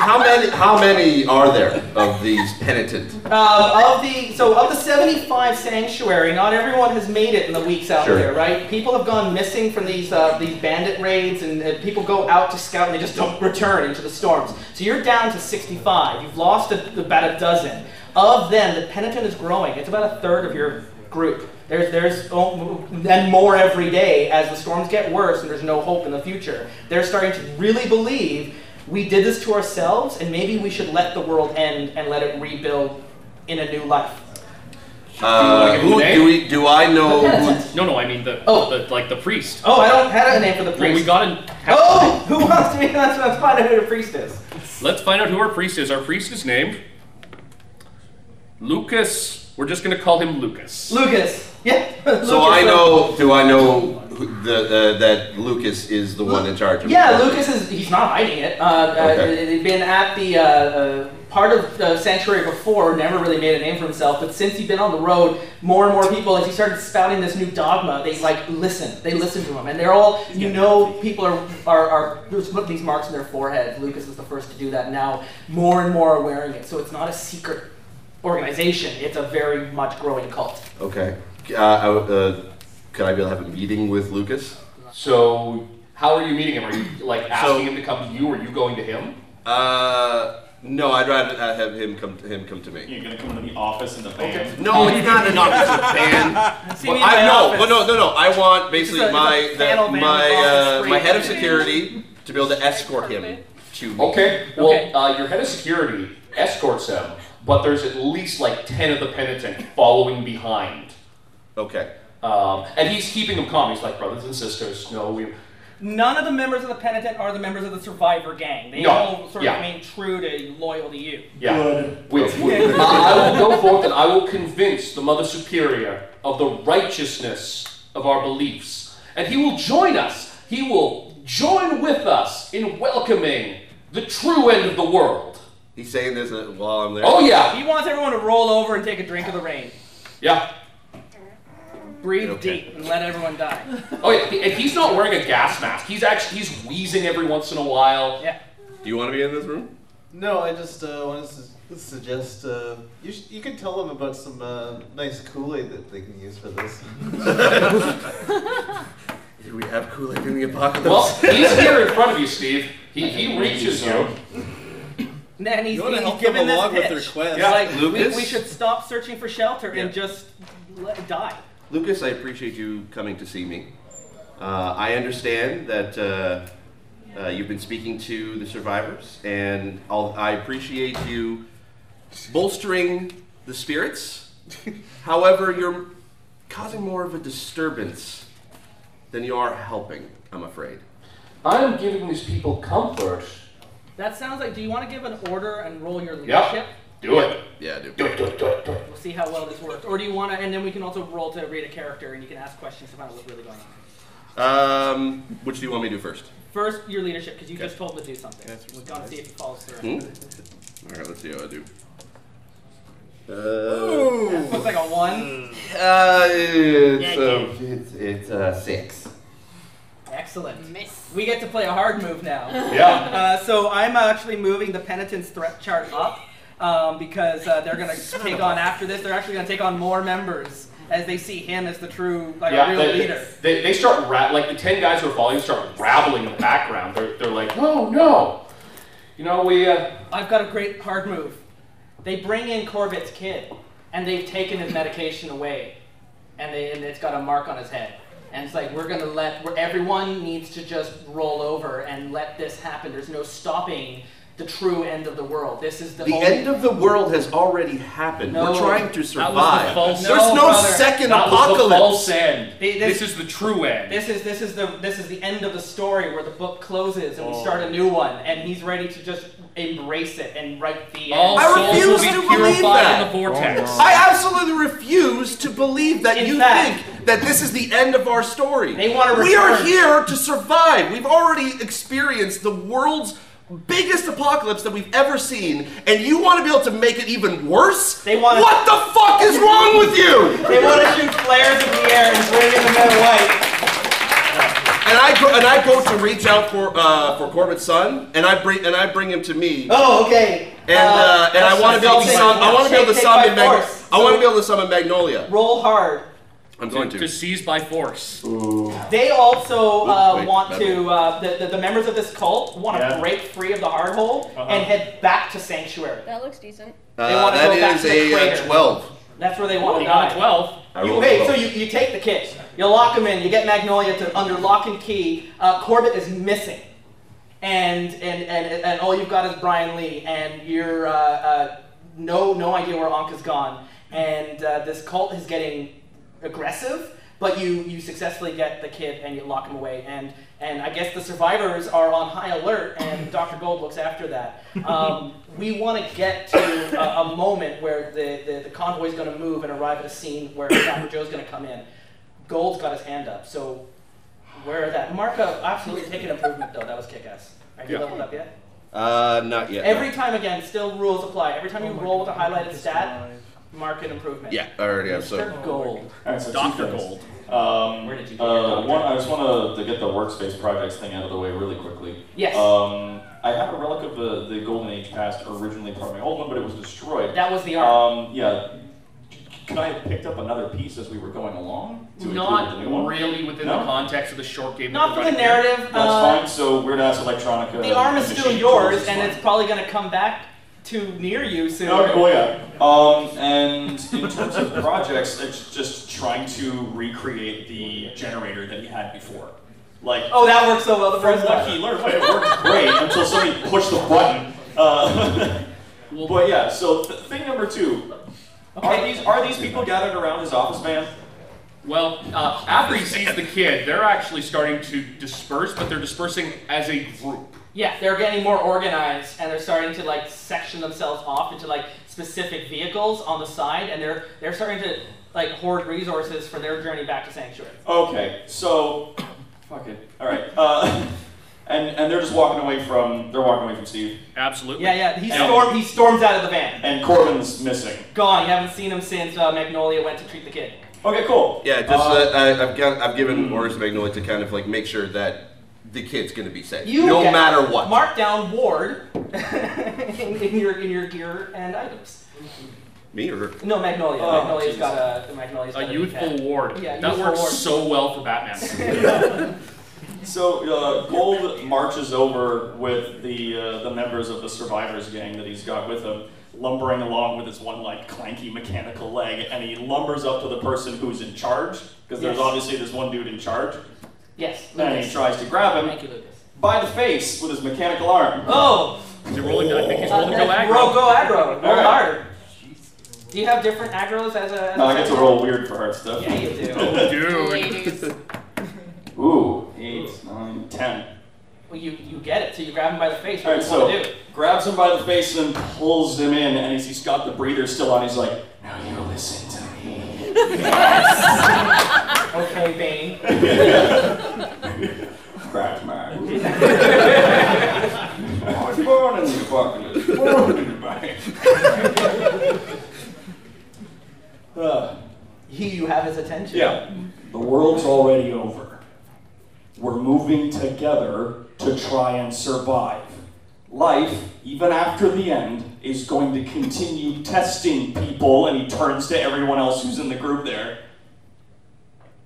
[SPEAKER 5] How many? How many are there of these penitent?
[SPEAKER 1] Um, of the so of the 75 sanctuary, not everyone has made it in the weeks out
[SPEAKER 5] Sure.
[SPEAKER 1] there, right? People have gone missing from these uh, these bandit raids, and uh, people go out to scout and they just don't return into the storms. So you're down to 65. You've lost a, about a dozen. Of them, the penitent is growing. It's about a third of your group. There's there's oh, and more every day as the storms get worse and there's no hope in the future. They're starting to really believe. We did this to ourselves, and maybe we should let the world end and let it rebuild in a new life.
[SPEAKER 5] Uh, who do we? Do I know? Who,
[SPEAKER 9] No, no, I mean the, the like the priest.
[SPEAKER 1] Oh, I don't have a name for the
[SPEAKER 9] Well, we
[SPEAKER 1] priest.
[SPEAKER 9] got an
[SPEAKER 1] Oh, who wants to be? That's what I'm finding who the priest is.
[SPEAKER 9] Let's find out who our priest is. Our priest is named Lucas. We're just gonna call him Lucas.
[SPEAKER 1] Lucas. uh, Yeah.
[SPEAKER 5] so I know. Do I know who the, uh, that Lucas is the one in charge of?
[SPEAKER 1] Yeah, Lucas is. He's not hiding it. Uh, uh,
[SPEAKER 5] Okay.
[SPEAKER 1] he'd been at the uh, uh, part of the sanctuary before, never really made a name for himself. But since he'd been on the road, more and more people, as he started spouting this new dogma, they like listen. They listen to him, and they're all. You know, people are are, are there's put these marks in their forehead. Lucas was the first to do that. Now more and more are wearing it, so it's not a secret organization. It's a very much growing cult.
[SPEAKER 5] Okay. Uh, I, would, uh, could I be able to have a meeting with Lucas?
[SPEAKER 3] So, how are you meeting him? Are you like asking
[SPEAKER 5] So-
[SPEAKER 3] him to come to you? Or are you going to him?
[SPEAKER 5] Uh, no, I'd rather uh, have him come to him come to me.
[SPEAKER 6] You're gonna come to the office in the van.
[SPEAKER 5] No, it's not an office band.
[SPEAKER 6] See
[SPEAKER 5] Well,
[SPEAKER 6] me in
[SPEAKER 5] I
[SPEAKER 6] my
[SPEAKER 5] no,
[SPEAKER 6] office.
[SPEAKER 5] but no, no, no. I want basically
[SPEAKER 6] It's a- it's a
[SPEAKER 5] my the,
[SPEAKER 6] panel man
[SPEAKER 5] my
[SPEAKER 6] with office
[SPEAKER 5] uh, my
[SPEAKER 6] free.
[SPEAKER 5] head of security to be able to escort him to me.
[SPEAKER 3] Okay. Well, Uh, your head of security escorts him, but there's at least like ten of the penitent following behind.
[SPEAKER 5] Okay.
[SPEAKER 3] Um, and he's keeping them calm. He's like, brothers and sisters, no, we.
[SPEAKER 1] None of the members of the Penitent are the members of the Survivor gang. They
[SPEAKER 3] No,
[SPEAKER 1] all sort
[SPEAKER 3] yeah.
[SPEAKER 1] of remain true to loyal to you.
[SPEAKER 3] Yeah. We- we- I will go forth and I will convince the Mother Superior of the righteousness of our beliefs. And he will join us. He will join with us in welcoming the true end of the world.
[SPEAKER 5] He's saying this uh, while I'm there.
[SPEAKER 3] Oh, yeah.
[SPEAKER 1] He wants everyone to roll over and take a drink of the rain.
[SPEAKER 3] Yeah.
[SPEAKER 1] Breathe
[SPEAKER 3] Okay.
[SPEAKER 1] deep and let everyone die.
[SPEAKER 3] Oh, yeah. he- And he's not wearing a gas mask. He's actually, he's wheezing every once in a while.
[SPEAKER 1] Yeah.
[SPEAKER 5] Do you want to be in this room?
[SPEAKER 17] No, I just uh, wanted to su- suggest uh, you sh- you could tell them about some uh, nice Kool Aid that they can use for this.
[SPEAKER 5] Do we have Kool Aid in the apocalypse?
[SPEAKER 3] Well, he's here in front of you, Steve. He, he reaches you.
[SPEAKER 1] And then he's,
[SPEAKER 8] You wanna
[SPEAKER 1] he's
[SPEAKER 8] help
[SPEAKER 1] given
[SPEAKER 8] them
[SPEAKER 1] this
[SPEAKER 8] along with
[SPEAKER 1] pitch.
[SPEAKER 8] their quest.
[SPEAKER 1] Yeah. Like,
[SPEAKER 5] Lucas?
[SPEAKER 1] We, we should stop searching for shelter and just let, die.
[SPEAKER 5] Lucas, I appreciate you coming to see me. Uh, I understand that uh, uh, you've been speaking to the survivors, and I'll, I appreciate you bolstering the spirits. However, you're causing more of a disturbance than you are helping, I'm afraid.
[SPEAKER 3] I'm giving these people comfort.
[SPEAKER 1] That sounds like. Do you want to give an order and roll your leadership?
[SPEAKER 3] Yep. Do it.
[SPEAKER 5] Yeah, do
[SPEAKER 3] it. Do it, do it, do it.
[SPEAKER 1] We'll see how well this works. Or do you want to? And then we can also roll to read a character, and you can ask questions to find out what's really going on.
[SPEAKER 5] Um, which do you want me to do first?
[SPEAKER 1] First, your leadership, because you
[SPEAKER 5] Okay.
[SPEAKER 1] just told him to do something. We're gonna see if he follows
[SPEAKER 5] Hmm?
[SPEAKER 1] through.
[SPEAKER 5] All right, let's see how I do. Uh,
[SPEAKER 1] That looks like a one.
[SPEAKER 5] Uh, it's,
[SPEAKER 1] Yeah,
[SPEAKER 5] uh, it's, it's uh, six.
[SPEAKER 1] Excellent. We get to play a hard move now.
[SPEAKER 5] Yeah.
[SPEAKER 1] Uh, so I'm actually moving the penitent's threat chart up um, because uh, they're gonna take on after this. They're actually gonna take on more members as they see him as the true, like,
[SPEAKER 3] yeah,
[SPEAKER 1] real
[SPEAKER 3] they,
[SPEAKER 1] leader.
[SPEAKER 3] They, they start ra- like the ten guys who are following start raveling in the background. They're, they're like, oh no, you know we. Uh,
[SPEAKER 1] I've got a great hard move. They bring in Corbett's kid, and they've taken his medication away, and, they, and it's got a mark on his head. And it's like we're gonna let where everyone needs to just roll over and let this happen. There's no stopping the true end of the world. This is the,
[SPEAKER 5] The
[SPEAKER 1] only-
[SPEAKER 5] end of the world has already happened.
[SPEAKER 1] No.
[SPEAKER 5] We're trying
[SPEAKER 1] That
[SPEAKER 5] to
[SPEAKER 1] was the
[SPEAKER 5] survive.
[SPEAKER 1] false-
[SPEAKER 5] There's no,
[SPEAKER 1] No, brother.
[SPEAKER 5] second
[SPEAKER 1] That was the
[SPEAKER 5] apocalypse.
[SPEAKER 1] false end. They- this-
[SPEAKER 9] This is the true end.
[SPEAKER 1] This is this is the this is the end of the story where the book closes and we
[SPEAKER 9] Oh.
[SPEAKER 1] start a new one, and he's ready to just embrace it and write the end.
[SPEAKER 9] All I souls will refuse be to believe purified that. in the vortex.
[SPEAKER 5] I absolutely refuse to believe that you think that this is the end of our story.
[SPEAKER 1] They wanna
[SPEAKER 5] We are
[SPEAKER 1] return.
[SPEAKER 5] here to survive. We've already experienced the world's biggest apocalypse that we've ever seen, and you want to be able to make it even worse? They want. What the fuck is wrong with you?
[SPEAKER 1] They want to shoot flares in the air and bring in the men white.
[SPEAKER 5] And I go, and I go to reach out for uh, for Corbett's son, and I bring and I bring him to me.
[SPEAKER 1] Oh, okay.
[SPEAKER 5] And uh,
[SPEAKER 1] Uh,
[SPEAKER 5] and I want to be able to
[SPEAKER 1] take-
[SPEAKER 5] summon. I want to be able to
[SPEAKER 1] take by
[SPEAKER 5] summon. Mag-
[SPEAKER 1] force.
[SPEAKER 5] I want to be able to summon Magnolia.
[SPEAKER 1] Roll hard.
[SPEAKER 5] I'm going to.
[SPEAKER 9] To seize by force.
[SPEAKER 1] They also uh,
[SPEAKER 9] Ooh, wait,
[SPEAKER 1] want
[SPEAKER 9] that
[SPEAKER 1] to. Uh, the, the, the members of this cult want to break free of the hard hole and head back to sanctuary.
[SPEAKER 13] That looks decent.
[SPEAKER 1] They want to
[SPEAKER 5] that
[SPEAKER 1] go back
[SPEAKER 5] is
[SPEAKER 1] to the
[SPEAKER 5] a, uh,
[SPEAKER 1] crater.
[SPEAKER 5] 12.
[SPEAKER 1] That's where they want to
[SPEAKER 9] You got
[SPEAKER 1] die.
[SPEAKER 9] a 12.
[SPEAKER 5] I
[SPEAKER 1] You,
[SPEAKER 5] rolled
[SPEAKER 1] wait,
[SPEAKER 5] 12.
[SPEAKER 1] so you, you take the kids. You lock them in. You get Magnolia to under lock and key. Uh, Corbett is missing. And, and, and, and all you've got is Brian Lee, and you're uh, uh, no, no idea where Anka's gone. And uh, this cult is getting aggressive, but you, you successfully get the kid and you lock him away. And, and I guess the survivors are on high alert, and Dr. Gold looks after that. Um, we want to get to a, a moment where the, the, the convoy is going to move and arrive at a scene where Dr. Joe's going to come in. Gold's got his hand up, so where is that? Marco, absolutely take an improvement, though. That was kick ass. Are you
[SPEAKER 5] Yeah.
[SPEAKER 1] leveled up yet?
[SPEAKER 5] Uh, not yet. no.
[SPEAKER 1] Every time again, still rules apply. Every time you roll with a highlighted stat, mark an improvement.
[SPEAKER 5] Yeah, I already have. So.
[SPEAKER 1] Mr. Gold.
[SPEAKER 6] All right, so two
[SPEAKER 1] Dr.
[SPEAKER 6] things.
[SPEAKER 1] Gold.
[SPEAKER 6] Um,
[SPEAKER 1] Where did you get your
[SPEAKER 6] uh,
[SPEAKER 1] doctor?
[SPEAKER 6] one, I just want to get the workspace projects thing out of the way really quickly.
[SPEAKER 1] Yes.
[SPEAKER 5] Uh,
[SPEAKER 6] Um, I have a relic of the, the Golden Age past originally part of my old one, but it was destroyed.
[SPEAKER 1] That was the
[SPEAKER 6] art. Um, yeah. Could I have picked up another piece as we were going along? To include
[SPEAKER 9] Not
[SPEAKER 6] with the new one?
[SPEAKER 9] really within
[SPEAKER 6] No?
[SPEAKER 9] the context of the short game. that
[SPEAKER 1] Not
[SPEAKER 9] we're
[SPEAKER 1] for the
[SPEAKER 9] running here.
[SPEAKER 1] narrative.
[SPEAKER 6] That's
[SPEAKER 1] uh,
[SPEAKER 6] fine. So weird ass electronica.
[SPEAKER 1] The arm is
[SPEAKER 6] and
[SPEAKER 1] still
[SPEAKER 6] machine tools
[SPEAKER 1] yours,
[SPEAKER 6] is
[SPEAKER 1] and
[SPEAKER 6] fine.
[SPEAKER 1] it's probably going to come back to near you soon.
[SPEAKER 6] Okay, well, yeah. Um, and in terms of projects, it's just trying to recreate the generator that he had before. Like,
[SPEAKER 1] Oh, that worked so well the
[SPEAKER 6] from
[SPEAKER 1] first
[SPEAKER 6] what
[SPEAKER 1] time.
[SPEAKER 6] he learned, but it worked great until somebody pushed the button. Uh, but yeah, so th- thing number two: are these are these people gathered around his office, man?
[SPEAKER 9] Well, uh, after he sees the kid, they're actually starting to disperse, but they're dispersing as a group.
[SPEAKER 1] Yeah, they're getting more organized and they're starting to like section themselves off into like specific vehicles on the side and they're they're starting to like hoard resources for their journey back to sanctuary.
[SPEAKER 6] Okay, so fuck it. All right, uh, and and they're just walking away from they're walking away from Steve.
[SPEAKER 9] Absolutely.
[SPEAKER 1] Yeah, yeah. He storm he storms out of the van.
[SPEAKER 6] And Corbin's missing.
[SPEAKER 1] Gone. You haven't seen him since uh, Magnolia went to treat the kid.
[SPEAKER 6] Okay, cool.
[SPEAKER 5] Yeah, just uh, I, I've got, I've given orders to Magnolia to kind of like make sure that the kid's gonna be safe,
[SPEAKER 1] You
[SPEAKER 5] no
[SPEAKER 1] get-
[SPEAKER 5] matter what.
[SPEAKER 1] Mark down ward in, in your in your gear and items.
[SPEAKER 5] Me or
[SPEAKER 1] No, Magnolia.
[SPEAKER 9] Oh,
[SPEAKER 1] Magnolia's
[SPEAKER 9] Jesus.
[SPEAKER 1] got a Magnolia's got
[SPEAKER 9] A
[SPEAKER 1] a
[SPEAKER 9] youthful
[SPEAKER 1] kneecap.
[SPEAKER 9] ward.
[SPEAKER 1] Yeah,
[SPEAKER 9] that
[SPEAKER 1] youthful
[SPEAKER 9] works
[SPEAKER 1] ward.
[SPEAKER 9] so well for Batman.
[SPEAKER 6] So uh, Gold marches over with the uh, the members of the survivors gang that he's got with him, lumbering along with his one like clanky mechanical leg, and he lumbers up to the person who's in charge because there's
[SPEAKER 1] Yes.
[SPEAKER 6] obviously there's one dude in charge,
[SPEAKER 1] Yes.
[SPEAKER 6] and he
[SPEAKER 1] Lucas.
[SPEAKER 6] tries to grab him
[SPEAKER 1] Thank you, Lucas.
[SPEAKER 6] by the face with his mechanical arm.
[SPEAKER 1] Oh!
[SPEAKER 9] Is he rolling? I think he's rolling
[SPEAKER 1] Uh,
[SPEAKER 9] go aggro.
[SPEAKER 1] Roll go aggro. Roll
[SPEAKER 6] Alright.
[SPEAKER 1] hard. Do you have different aggros as a?
[SPEAKER 6] No, I get to roll weird for hard stuff.
[SPEAKER 1] Yeah, you do.
[SPEAKER 6] Ooh, eight, nine, ten.
[SPEAKER 1] Well, you you get it. So you grab him by the face.
[SPEAKER 6] All
[SPEAKER 1] What
[SPEAKER 6] right,
[SPEAKER 1] do you want
[SPEAKER 6] so
[SPEAKER 1] to do?
[SPEAKER 6] grabs him by the face and pulls him in, and he's, he's got the breather still on. He's like, "Now you listen to me."
[SPEAKER 1] Okay, Bane.
[SPEAKER 6] Crack man. I was born Oh, in the apocalypse. Born in the bank. Uh,
[SPEAKER 1] He, you have his attention.
[SPEAKER 6] yeah. The world's already over. We're moving together to try and survive. Life, even after the end, is going to continue testing people, and he turns to everyone else who's in the group there.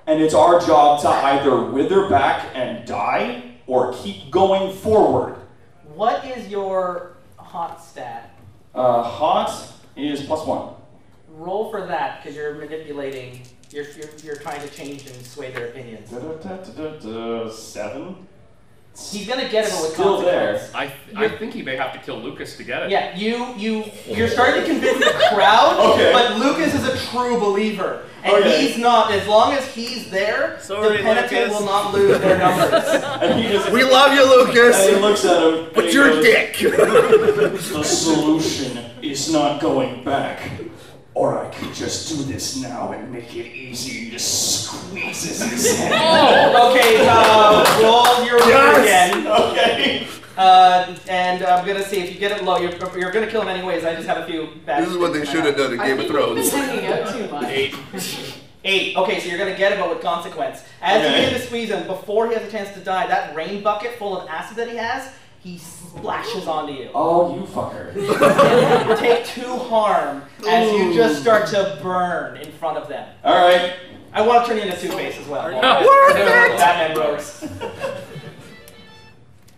[SPEAKER 6] And it's our job to either wither back and die or keep going forward.
[SPEAKER 1] What is your hot stat?
[SPEAKER 6] Uh, hot is plus one.
[SPEAKER 1] Roll for that because you're manipulating. You're, you're you're trying to change and sway their opinions.
[SPEAKER 6] Da-da-da-da-da-da, Seven.
[SPEAKER 1] He's gonna get him with
[SPEAKER 6] Still there.
[SPEAKER 1] consequence.
[SPEAKER 9] I, I think he may have to kill Lucas to get it.
[SPEAKER 1] Yeah, you you you're starting to convince the crowd,
[SPEAKER 9] Okay.
[SPEAKER 1] but Lucas is a true believer, and
[SPEAKER 6] Okay.
[SPEAKER 1] he's not. As long as he's there, the penitent will not lose their numbers.
[SPEAKER 6] And he just,
[SPEAKER 5] we love you, Lucas.
[SPEAKER 6] And he looks at him.
[SPEAKER 5] But you're a dick.
[SPEAKER 6] the solution is not going back. Or I could just do this now and make it easy. He just squeezes his hand.
[SPEAKER 1] okay, uh, roll your
[SPEAKER 6] Yes!
[SPEAKER 1] roll again.
[SPEAKER 6] Okay.
[SPEAKER 1] Uh, and I'm gonna see if you get it low. You're, you're gonna kill him anyways. I just have a few bad.
[SPEAKER 5] This is what they
[SPEAKER 1] things in
[SPEAKER 5] should
[SPEAKER 1] my
[SPEAKER 5] have done in Game of Thrones.
[SPEAKER 9] Eight.
[SPEAKER 1] Eight. Okay, so you're gonna get him, but with consequence. As you
[SPEAKER 5] Okay.
[SPEAKER 1] begin to squeeze him, before he has a chance to die, that rain bucket full of acid that he has, he splashes onto you.
[SPEAKER 6] Oh, you fucker.
[SPEAKER 1] Take two harm as you just start to burn in front of them.
[SPEAKER 6] All right.
[SPEAKER 1] I want to turn you into Two Face as well.
[SPEAKER 9] Worth it!
[SPEAKER 1] Batman rogues.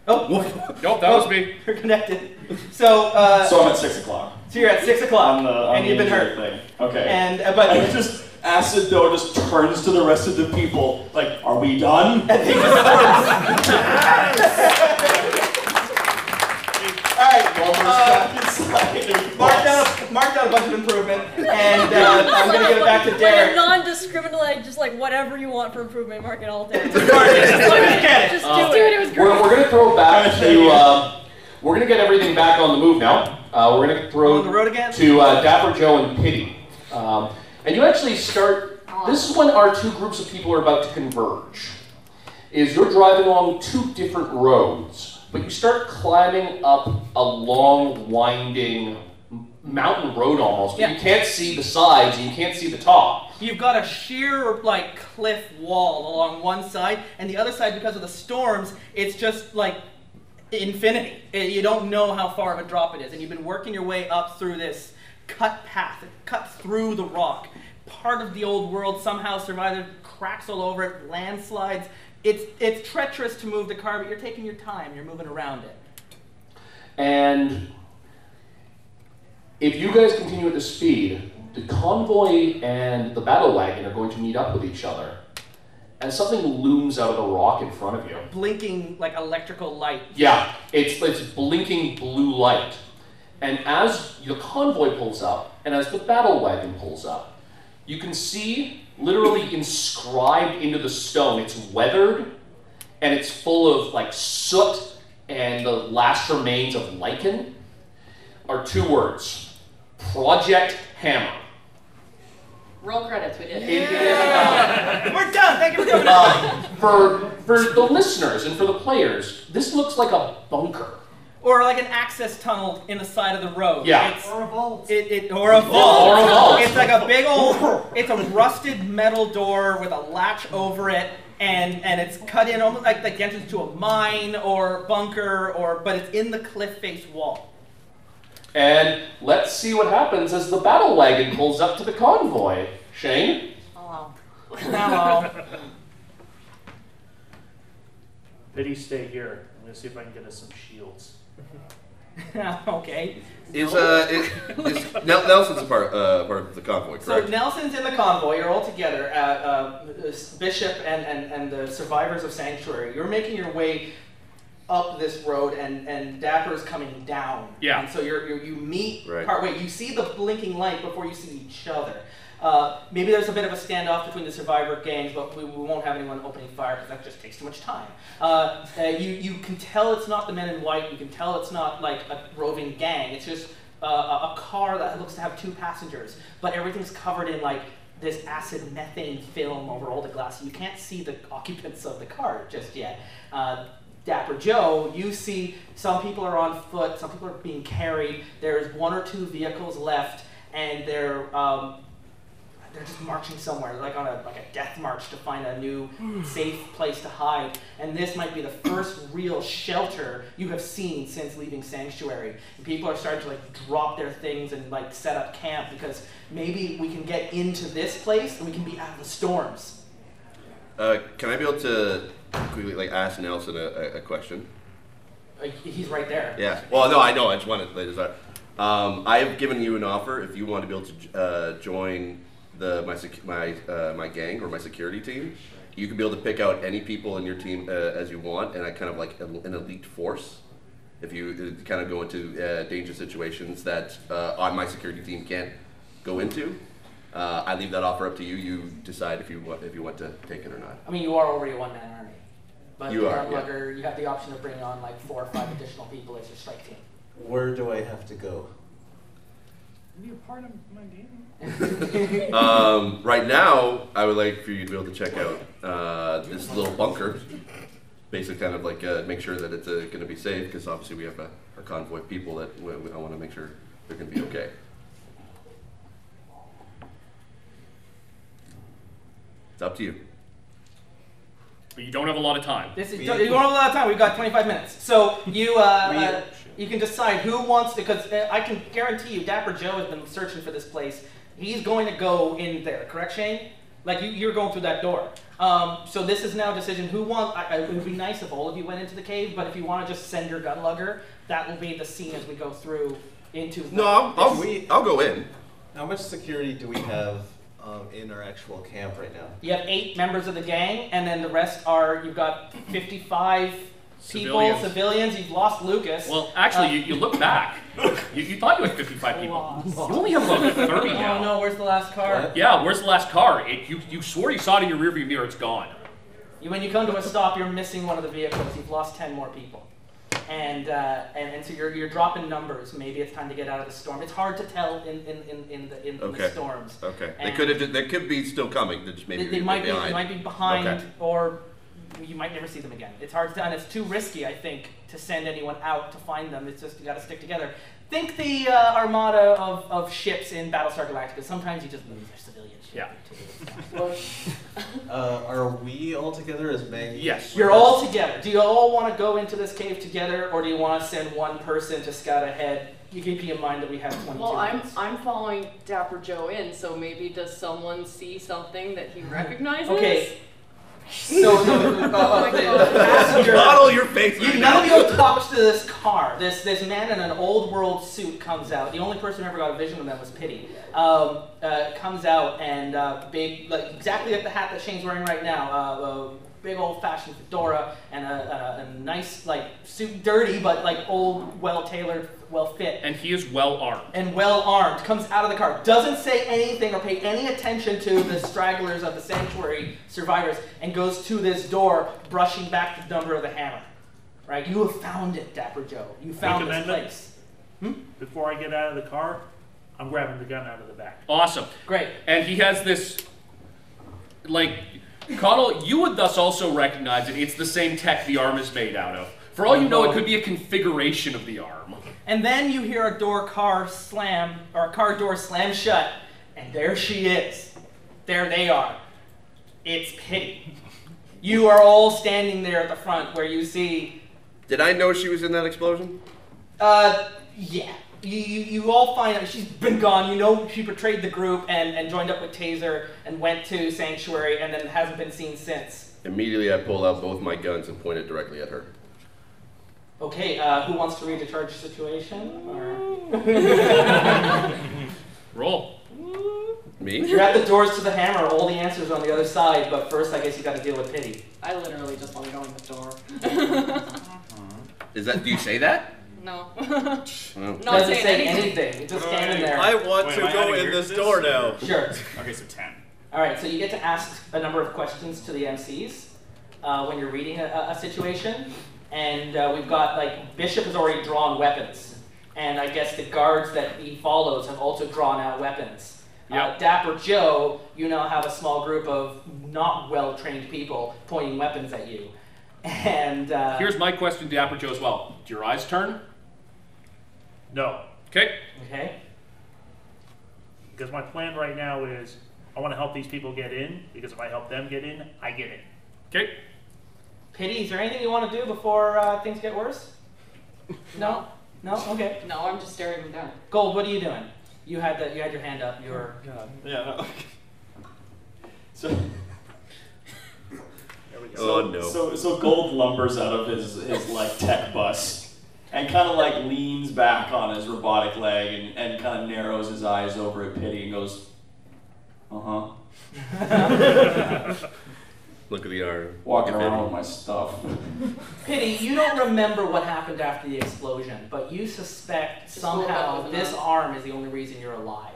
[SPEAKER 1] Oh,
[SPEAKER 9] nope, that was me.
[SPEAKER 1] You're connected. So, uh,
[SPEAKER 6] So I'm at six o'clock. uh,
[SPEAKER 1] so you're at six o'clock,
[SPEAKER 6] On the, on
[SPEAKER 1] and
[SPEAKER 6] the
[SPEAKER 1] you've been
[SPEAKER 6] injury
[SPEAKER 1] hurt.
[SPEAKER 6] Thing. Okay.
[SPEAKER 1] And uh, but
[SPEAKER 6] And just acid though just turns to the rest of the people like, "Are we done?"
[SPEAKER 1] all right, uh, mark down a, mark down a bunch of improvement, and uh, I'm gonna give it back to
[SPEAKER 13] Like a
[SPEAKER 1] Derek.
[SPEAKER 13] non-discriminant, like, just like whatever you want for improvement, mark it all down.
[SPEAKER 1] Oh. Get
[SPEAKER 13] Just
[SPEAKER 3] Uh,
[SPEAKER 13] do it. It was great.
[SPEAKER 3] We're, we're going to throw back to. Uh, we're going to get everything back on the move now. Uh, we're going to throw
[SPEAKER 1] the road again?
[SPEAKER 3] to uh, Dapper Joe and Pity. Um, and you actually start. This is when our two groups of people are about to converge. Is you're driving along two different roads, but you start climbing up a long, winding m- mountain road almost. But
[SPEAKER 1] Yeah.
[SPEAKER 3] you can't see the sides, and you can't see the top.
[SPEAKER 1] You've got a sheer like cliff wall along one side, and the other side, because of the storms, it's just like infinity. It- you don't know how far of a drop it is, and you've been working your way up through this cut path, cut through the rock. Part of the old world somehow survived cracks all over it, landslides. It's it's treacherous to move the car, but you're taking your time. You're moving around it.
[SPEAKER 3] And if you guys continue at this speed, the convoy and the battle wagon are going to meet up with each other. And something looms out of the rock in front of you.
[SPEAKER 1] Blinking like electrical light.
[SPEAKER 3] Yeah, it's, it's blinking blue light. And as the convoy pulls up, and as the battle wagon pulls up, You can see literally inscribed into the stone. It's weathered and it's full of like soot and the last remains of lichen are two words. Project Hammer.
[SPEAKER 11] Roll credits, we did.
[SPEAKER 1] We're done. Thank you for coming.
[SPEAKER 3] Um, for for the listeners and for the players, this looks like a bunker.
[SPEAKER 1] Or like an access tunnel in the side of the road.
[SPEAKER 3] Yeah.
[SPEAKER 1] It's, or a vault. It, it, or a vault.
[SPEAKER 3] Or a vault.
[SPEAKER 1] It's like a big old, it's a rusted metal door with a latch over it, and, and it's cut in almost like, like the entrance to a mine or bunker, or but it's in the cliff face wall.
[SPEAKER 3] And let's see what happens as the battle wagon pulls up to the convoy. Shane?
[SPEAKER 11] Hello.
[SPEAKER 1] Hello.
[SPEAKER 7] Pity stay here. I'm gonna see if I can get us some shields.
[SPEAKER 1] okay.
[SPEAKER 5] Is uh, is, is Nel- Nelson's a part uh, part of the convoy,
[SPEAKER 1] So
[SPEAKER 5] correct?
[SPEAKER 1] Nelson's in the convoy. You're all together. Uh, uh, Bishop and, and, and the survivors of Sanctuary. You're making your way up this road, and, and Dapper is coming down.
[SPEAKER 9] Yeah.
[SPEAKER 1] And so you're, you're you meet
[SPEAKER 9] Right.
[SPEAKER 1] part way. You see the blinking light before you see each other. Uh, maybe there's a bit of a standoff between the survivor gangs, but we, we won't have anyone opening fire because that just takes too much time. Uh, uh, you, you can tell it's not the men in white. You can tell it's not like a roving gang. It's just uh, a, a car that looks to have two passengers, but everything's covered in like this acid methane film over all the glass. You can't see the occupants of the car just yet. Uh, Dapper Joe, you see some people are on foot, some people are being carried. There's one or two vehicles left, and they're um, they're just marching somewhere, They're like on a like a death march to find a new safe place to hide. And this might be the first real shelter you have seen since leaving Sanctuary. And people are starting to like drop their things and like set up camp because maybe we can get into this place and we can be out of the storms.
[SPEAKER 5] Uh, can I be able to quickly like ask Nelson a, a, a question?
[SPEAKER 1] Like, he's right there.
[SPEAKER 5] Yeah. Well, no, I know. I just wanted to just, um, I have given you an offer if you want to be able to uh, join the my sec- my uh, my gang or my security team. You can be able to pick out any people in your team uh, as you want, and I kind of like an an elite force. If you uh, kind of go into uh, dangerous situations that uh, on my security team can't go into, uh, I leave that offer up to you. You decide if you want if you want to take it or not.
[SPEAKER 1] I mean, you are already a one man army. But
[SPEAKER 5] You
[SPEAKER 1] the
[SPEAKER 5] are, yeah.
[SPEAKER 1] Lugger, you have the option of bringing on like four or five additional people as your strike team.
[SPEAKER 17] Where do I have to go?
[SPEAKER 7] You're part of my game.
[SPEAKER 5] um, right now, I would like for you to be able to check out uh, this little bunker. Basically, kind of like uh, make sure that it's uh, going to be safe because obviously we have a, our convoy of people that we, we, I want to make sure they're going to be okay. It's up to you.
[SPEAKER 9] But you don't have a lot of time.
[SPEAKER 1] This is, you don't have a lot of time. We've got 25 minutes. So you uh,
[SPEAKER 9] We-
[SPEAKER 1] uh, you can decide who wants because uh, I can guarantee you, Dapper Joe has been searching for this place. He's going to go in there. Correct, Shane? Like you, you're going through that door. Um, so this is now a decision. Who wants? I, I, it would be nice if all of you went into the cave, but if you want to just send your gun lugger, that will be the scene as we go through into. This-
[SPEAKER 5] I'll go in.
[SPEAKER 17] How much security do we have um, in our actual camp right now?
[SPEAKER 1] You have eight members of the gang, and then the rest are you've got 55
[SPEAKER 9] Civilians.
[SPEAKER 1] people, civilians. You've lost Lucas.
[SPEAKER 9] Well, actually, you, you look back. You, you thought you had 55 people. You only have like 30
[SPEAKER 1] Oh
[SPEAKER 9] now.
[SPEAKER 1] no, where's the last car?
[SPEAKER 9] Yeah, where's the last car? It, you, you swore you saw it in your rearview mirror. It's gone.
[SPEAKER 1] You, when you come to a stop, you're missing one of the vehicles. You've lost 10 more people. And, uh, and, and so you're, you're dropping numbers. Maybe it's time to get out of the storm. It's hard to tell in, in, in, in, the, in
[SPEAKER 5] Okay.
[SPEAKER 1] the storms.
[SPEAKER 5] Okay. They
[SPEAKER 1] And
[SPEAKER 5] could have. They could be still coming. They just maybe
[SPEAKER 1] They, they
[SPEAKER 5] they're
[SPEAKER 1] might be,
[SPEAKER 5] behind.
[SPEAKER 1] they might be behind,
[SPEAKER 5] Okay.
[SPEAKER 1] or you might never see them again. It's hard to, and it's too risky, I think, to send anyone out to find them. It's just you got to stick together. Think the uh, armada of, of ships in Battlestar Galactica. Sometimes you just lose their civilian ship.
[SPEAKER 17] Uh, are we all together as Maggie?
[SPEAKER 1] You're all together. Do you all want to go into this cave together, or do you want to send one person to scout ahead? You keep in mind that we have 22
[SPEAKER 11] Well, I'm
[SPEAKER 1] minutes.
[SPEAKER 11] I'm following Dapper Joe in, so maybe does someone see something that he recognizes?
[SPEAKER 1] Okay. So, the, uh, the passenger.
[SPEAKER 5] Model your face.
[SPEAKER 1] You, none of you talks to this car. This this man in an old world suit comes out. The only person who ever got a vision of them was Pity. Um, uh, comes out and uh, big, like exactly like the hat that Shane's wearing right now. Uh, uh, big old fashioned fedora and a, a, a nice like suit, dirty but like old, well tailored, well fit.
[SPEAKER 9] And he is well armed.
[SPEAKER 1] and well armed, comes out of the car, doesn't say anything or pay any attention to the stragglers of the sanctuary survivors, and goes to this door, brushing back the number of the hammer. Right? You have found it, Dapper Joe. You found this
[SPEAKER 7] amendment?
[SPEAKER 1] place.
[SPEAKER 7] Before I get out of the car, I'm grabbing the gun out of the back.
[SPEAKER 9] Awesome.
[SPEAKER 1] Great.
[SPEAKER 9] And he has this, like, Connell, you would thus also recognize it. It's the same tech the arm is made out of. For all you know, it could be a configuration of the arm.
[SPEAKER 1] And then you hear a door car slam, or a car door slam shut, and there she is. There they are. It's pity. You are all standing there at the front where you see.
[SPEAKER 5] Did I know she was in that explosion?
[SPEAKER 1] Uh, yeah. You, you, you all find out she's been gone. You know she betrayed the group and, and joined up with Taser and went to Sanctuary and then hasn't been seen since.
[SPEAKER 5] Immediately, I pull out both my guns and point it directly at her.
[SPEAKER 1] Okay, uh, who wants to read the charge situation? Or...
[SPEAKER 9] Roll.
[SPEAKER 5] Me?
[SPEAKER 1] You're at the doors to the hammer. All the answers are on the other side, but first, I guess you got to deal with pity.
[SPEAKER 11] I literally just want to go in the door.
[SPEAKER 5] Is that? Do you say that?
[SPEAKER 11] no.
[SPEAKER 5] No.
[SPEAKER 11] Not saying
[SPEAKER 12] I want to go in this door now.
[SPEAKER 1] Sure.
[SPEAKER 12] Okay, so 10.
[SPEAKER 1] All right, so you get to ask a number of questions to the MCs uh, when you're reading a, a- a situation, and uh, we've got like Bishop has already drawn weapons, and I guess the guards that he follows have also drawn out weapons. Uh, Dapper Joe, you now have a small group of not well trained people pointing weapons at you, and uh,
[SPEAKER 9] Here's my question to Dapper Joe as well. Do your eyes turn?
[SPEAKER 7] No.
[SPEAKER 9] Okay.
[SPEAKER 1] Okay.
[SPEAKER 7] Because my plan right now is I want to help these people get in because if I help them get in, I get in.
[SPEAKER 9] Okay.
[SPEAKER 1] Pity. Is there anything you want to do before uh, things get worse? No. No. Okay.
[SPEAKER 11] No, I'm just staring them down.
[SPEAKER 1] Gold, what are you doing? You had that. You had your hand up. You were.
[SPEAKER 6] Yeah. No. so.
[SPEAKER 5] Oh,
[SPEAKER 6] so,
[SPEAKER 5] no.
[SPEAKER 6] So, so Gold lumbers out of his, his like tech bus and kind of like leans back on his robotic leg and, and kind of narrows his eyes over at Pity and goes, uh huh.
[SPEAKER 5] Look at the arm.
[SPEAKER 6] Walking around with my stuff.
[SPEAKER 1] Pity, you don't remember what happened after the explosion, but you suspect
[SPEAKER 11] all about
[SPEAKER 1] somehow
[SPEAKER 11] the
[SPEAKER 1] this
[SPEAKER 11] knife.
[SPEAKER 1] arm is the only reason you're alive.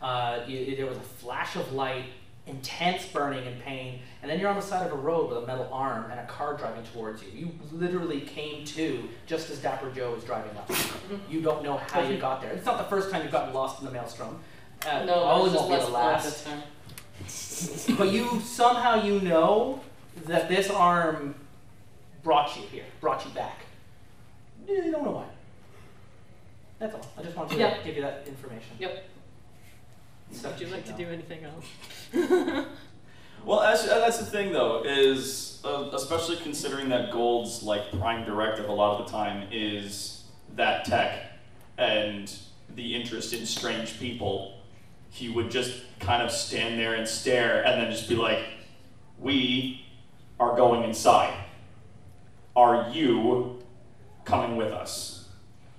[SPEAKER 1] Uh, you, there was a flash of light, intense burning and pain, and then you're on the side of a road with a metal arm and a car driving towards you. You literally came to just as Dapper Joe was driving up. You don't know how you got there. It's not the first time you've gotten lost in the maelstrom. Uh,
[SPEAKER 11] No, I was
[SPEAKER 1] always won't
[SPEAKER 11] just
[SPEAKER 1] be
[SPEAKER 11] less
[SPEAKER 1] the
[SPEAKER 11] bored
[SPEAKER 1] last
[SPEAKER 11] this time.
[SPEAKER 1] but you somehow you know that this arm brought you here, brought you back. You don't know why. That's all. I just wanted to
[SPEAKER 11] Yep.
[SPEAKER 1] give you that information.
[SPEAKER 11] Yep.
[SPEAKER 1] So
[SPEAKER 11] Would you like to
[SPEAKER 1] know.
[SPEAKER 11] do anything else?
[SPEAKER 6] Well, that's, uh, that's the thing though, is uh, especially considering that Gold's like prime directive a lot of the time is that tech and the interest in strange people. He would just kind of stand there and stare, and then just be like, "We are going inside. Are you coming with us?"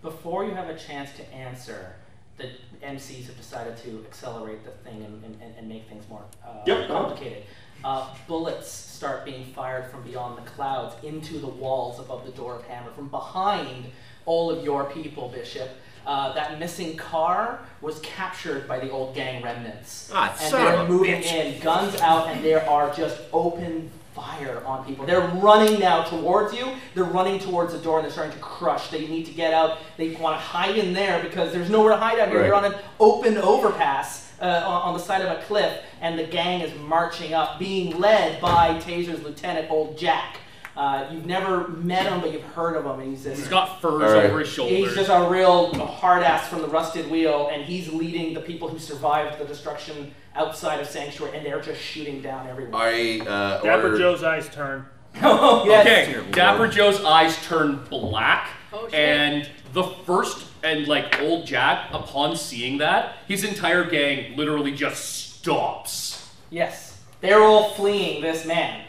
[SPEAKER 1] Before you have a chance to answer, the MCs have decided to accelerate the thing and, and, and- and make things more uh,
[SPEAKER 6] Yep, go on.
[SPEAKER 1] complicated. Uh, bullets start being fired from beyond the clouds into the walls above the door of Hammer, from behind all of your people, Bishop. Uh, that missing car was captured by the old gang remnants.
[SPEAKER 5] Ah,
[SPEAKER 1] and
[SPEAKER 5] son of
[SPEAKER 1] they're
[SPEAKER 5] a
[SPEAKER 1] moving
[SPEAKER 5] bitch.
[SPEAKER 1] in, guns out, and there are just open fire on people. They're running now towards you. They're running towards the door and they're starting to crush. They need to get out. They want to hide in there because there's nowhere to hide out here.
[SPEAKER 5] Right.
[SPEAKER 1] You're on an open overpass uh, on, on the side of a cliff, and the gang is marching up, being led by Taser's lieutenant, Old Jack. Uh, you've never met him, but you've heard of him. And he's this
[SPEAKER 9] He's got furs
[SPEAKER 5] All right.
[SPEAKER 9] over his shoulders.
[SPEAKER 1] He's just a real hard ass from the rusted wheel, and he's leading the people who survived the destruction outside of Sanctuary, and they're just shooting down everyone.
[SPEAKER 5] I uh,
[SPEAKER 7] Dapper
[SPEAKER 5] order-
[SPEAKER 7] Joe's eyes turn.
[SPEAKER 1] Oh, yes.
[SPEAKER 9] Okay, Dapper Joe's eyes turn black, and the first and like old Jack, upon seeing that, his entire gang literally just stops.
[SPEAKER 1] Yes. They're all fleeing this man.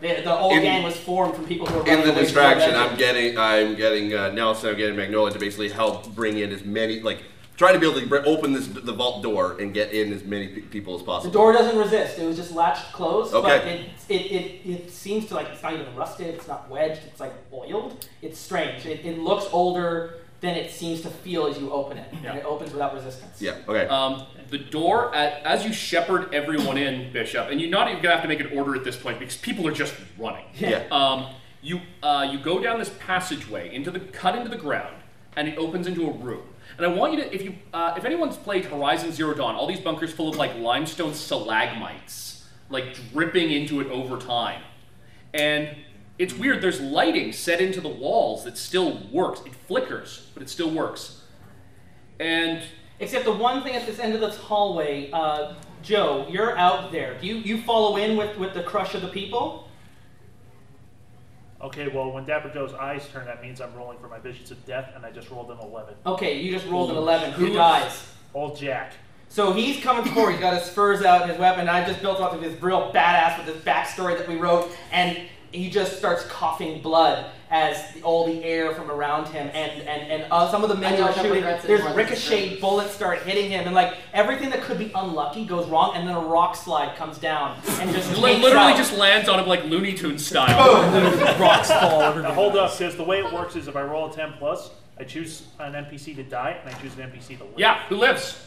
[SPEAKER 1] The, the old
[SPEAKER 5] In-
[SPEAKER 1] gang was formed from people who were
[SPEAKER 5] In
[SPEAKER 1] running
[SPEAKER 5] the
[SPEAKER 1] away from
[SPEAKER 5] distraction,
[SPEAKER 1] legend.
[SPEAKER 5] I'm getting, I'm getting uh, Nelson, I'm getting Magnolia to basically help bring in as many like Trying to be able to br- open this the vault door and get in as many pe- people as
[SPEAKER 1] The
[SPEAKER 5] possible.
[SPEAKER 1] door doesn't resist. It was just latched closed, but it,
[SPEAKER 5] Okay.
[SPEAKER 1] it, it, it seems to like it's not even rusted. It's not wedged. It's like oiled. It's strange. It, it looks older than it seems to feel as you open it, and it opens without resistance.
[SPEAKER 5] Yeah. Okay.
[SPEAKER 3] Um, the door at, as you shepherd everyone in, Bishop, and you're not even gonna have to make an order at this point because people are just running.
[SPEAKER 5] Yeah.
[SPEAKER 3] Um, you uh, you go down this passageway into the cut into the ground, and it opens into a room. And I want you to, if you, uh, if anyone's played Horizon Zero Dawn, all these bunkers full of like limestone stalagmites, like dripping into it over time, and it's weird. There's lighting set into the walls that still works. It flickers, but it still works. And
[SPEAKER 1] except the one thing at this end of this hallway, uh, Joe, you're out there. Do you you follow in with with the crush of the people?
[SPEAKER 7] Okay, well, when Dapper Joe's eyes turn, that means I'm rolling for my visions of death, and I just rolled an 11.
[SPEAKER 1] Okay, you just rolled an 11. Who
[SPEAKER 7] Who's-
[SPEAKER 1] dies?
[SPEAKER 7] Old Jack.
[SPEAKER 1] So he's coming forward. He's got his spurs out and his weapon. I just built off of his real badass with his backstory that we wrote, and he just starts coughing blood as the- all the air from around him and and and uh, some of the men
[SPEAKER 11] I don't
[SPEAKER 1] are
[SPEAKER 11] have
[SPEAKER 1] shooting.
[SPEAKER 11] regrets
[SPEAKER 1] There's
[SPEAKER 11] anymore, this is
[SPEAKER 1] ricochet bullets start hitting him, and like everything that could be unlucky goes wrong, and then a rock slide comes down and just
[SPEAKER 3] It
[SPEAKER 1] takes
[SPEAKER 3] literally
[SPEAKER 1] out.
[SPEAKER 3] just lands on him like Looney Tunes style.
[SPEAKER 7] Rocks Now, hold up, because the way it works is if I roll a 10 plus, I choose an NPC to die, and I choose an NPC to live.
[SPEAKER 3] Yeah, who lives?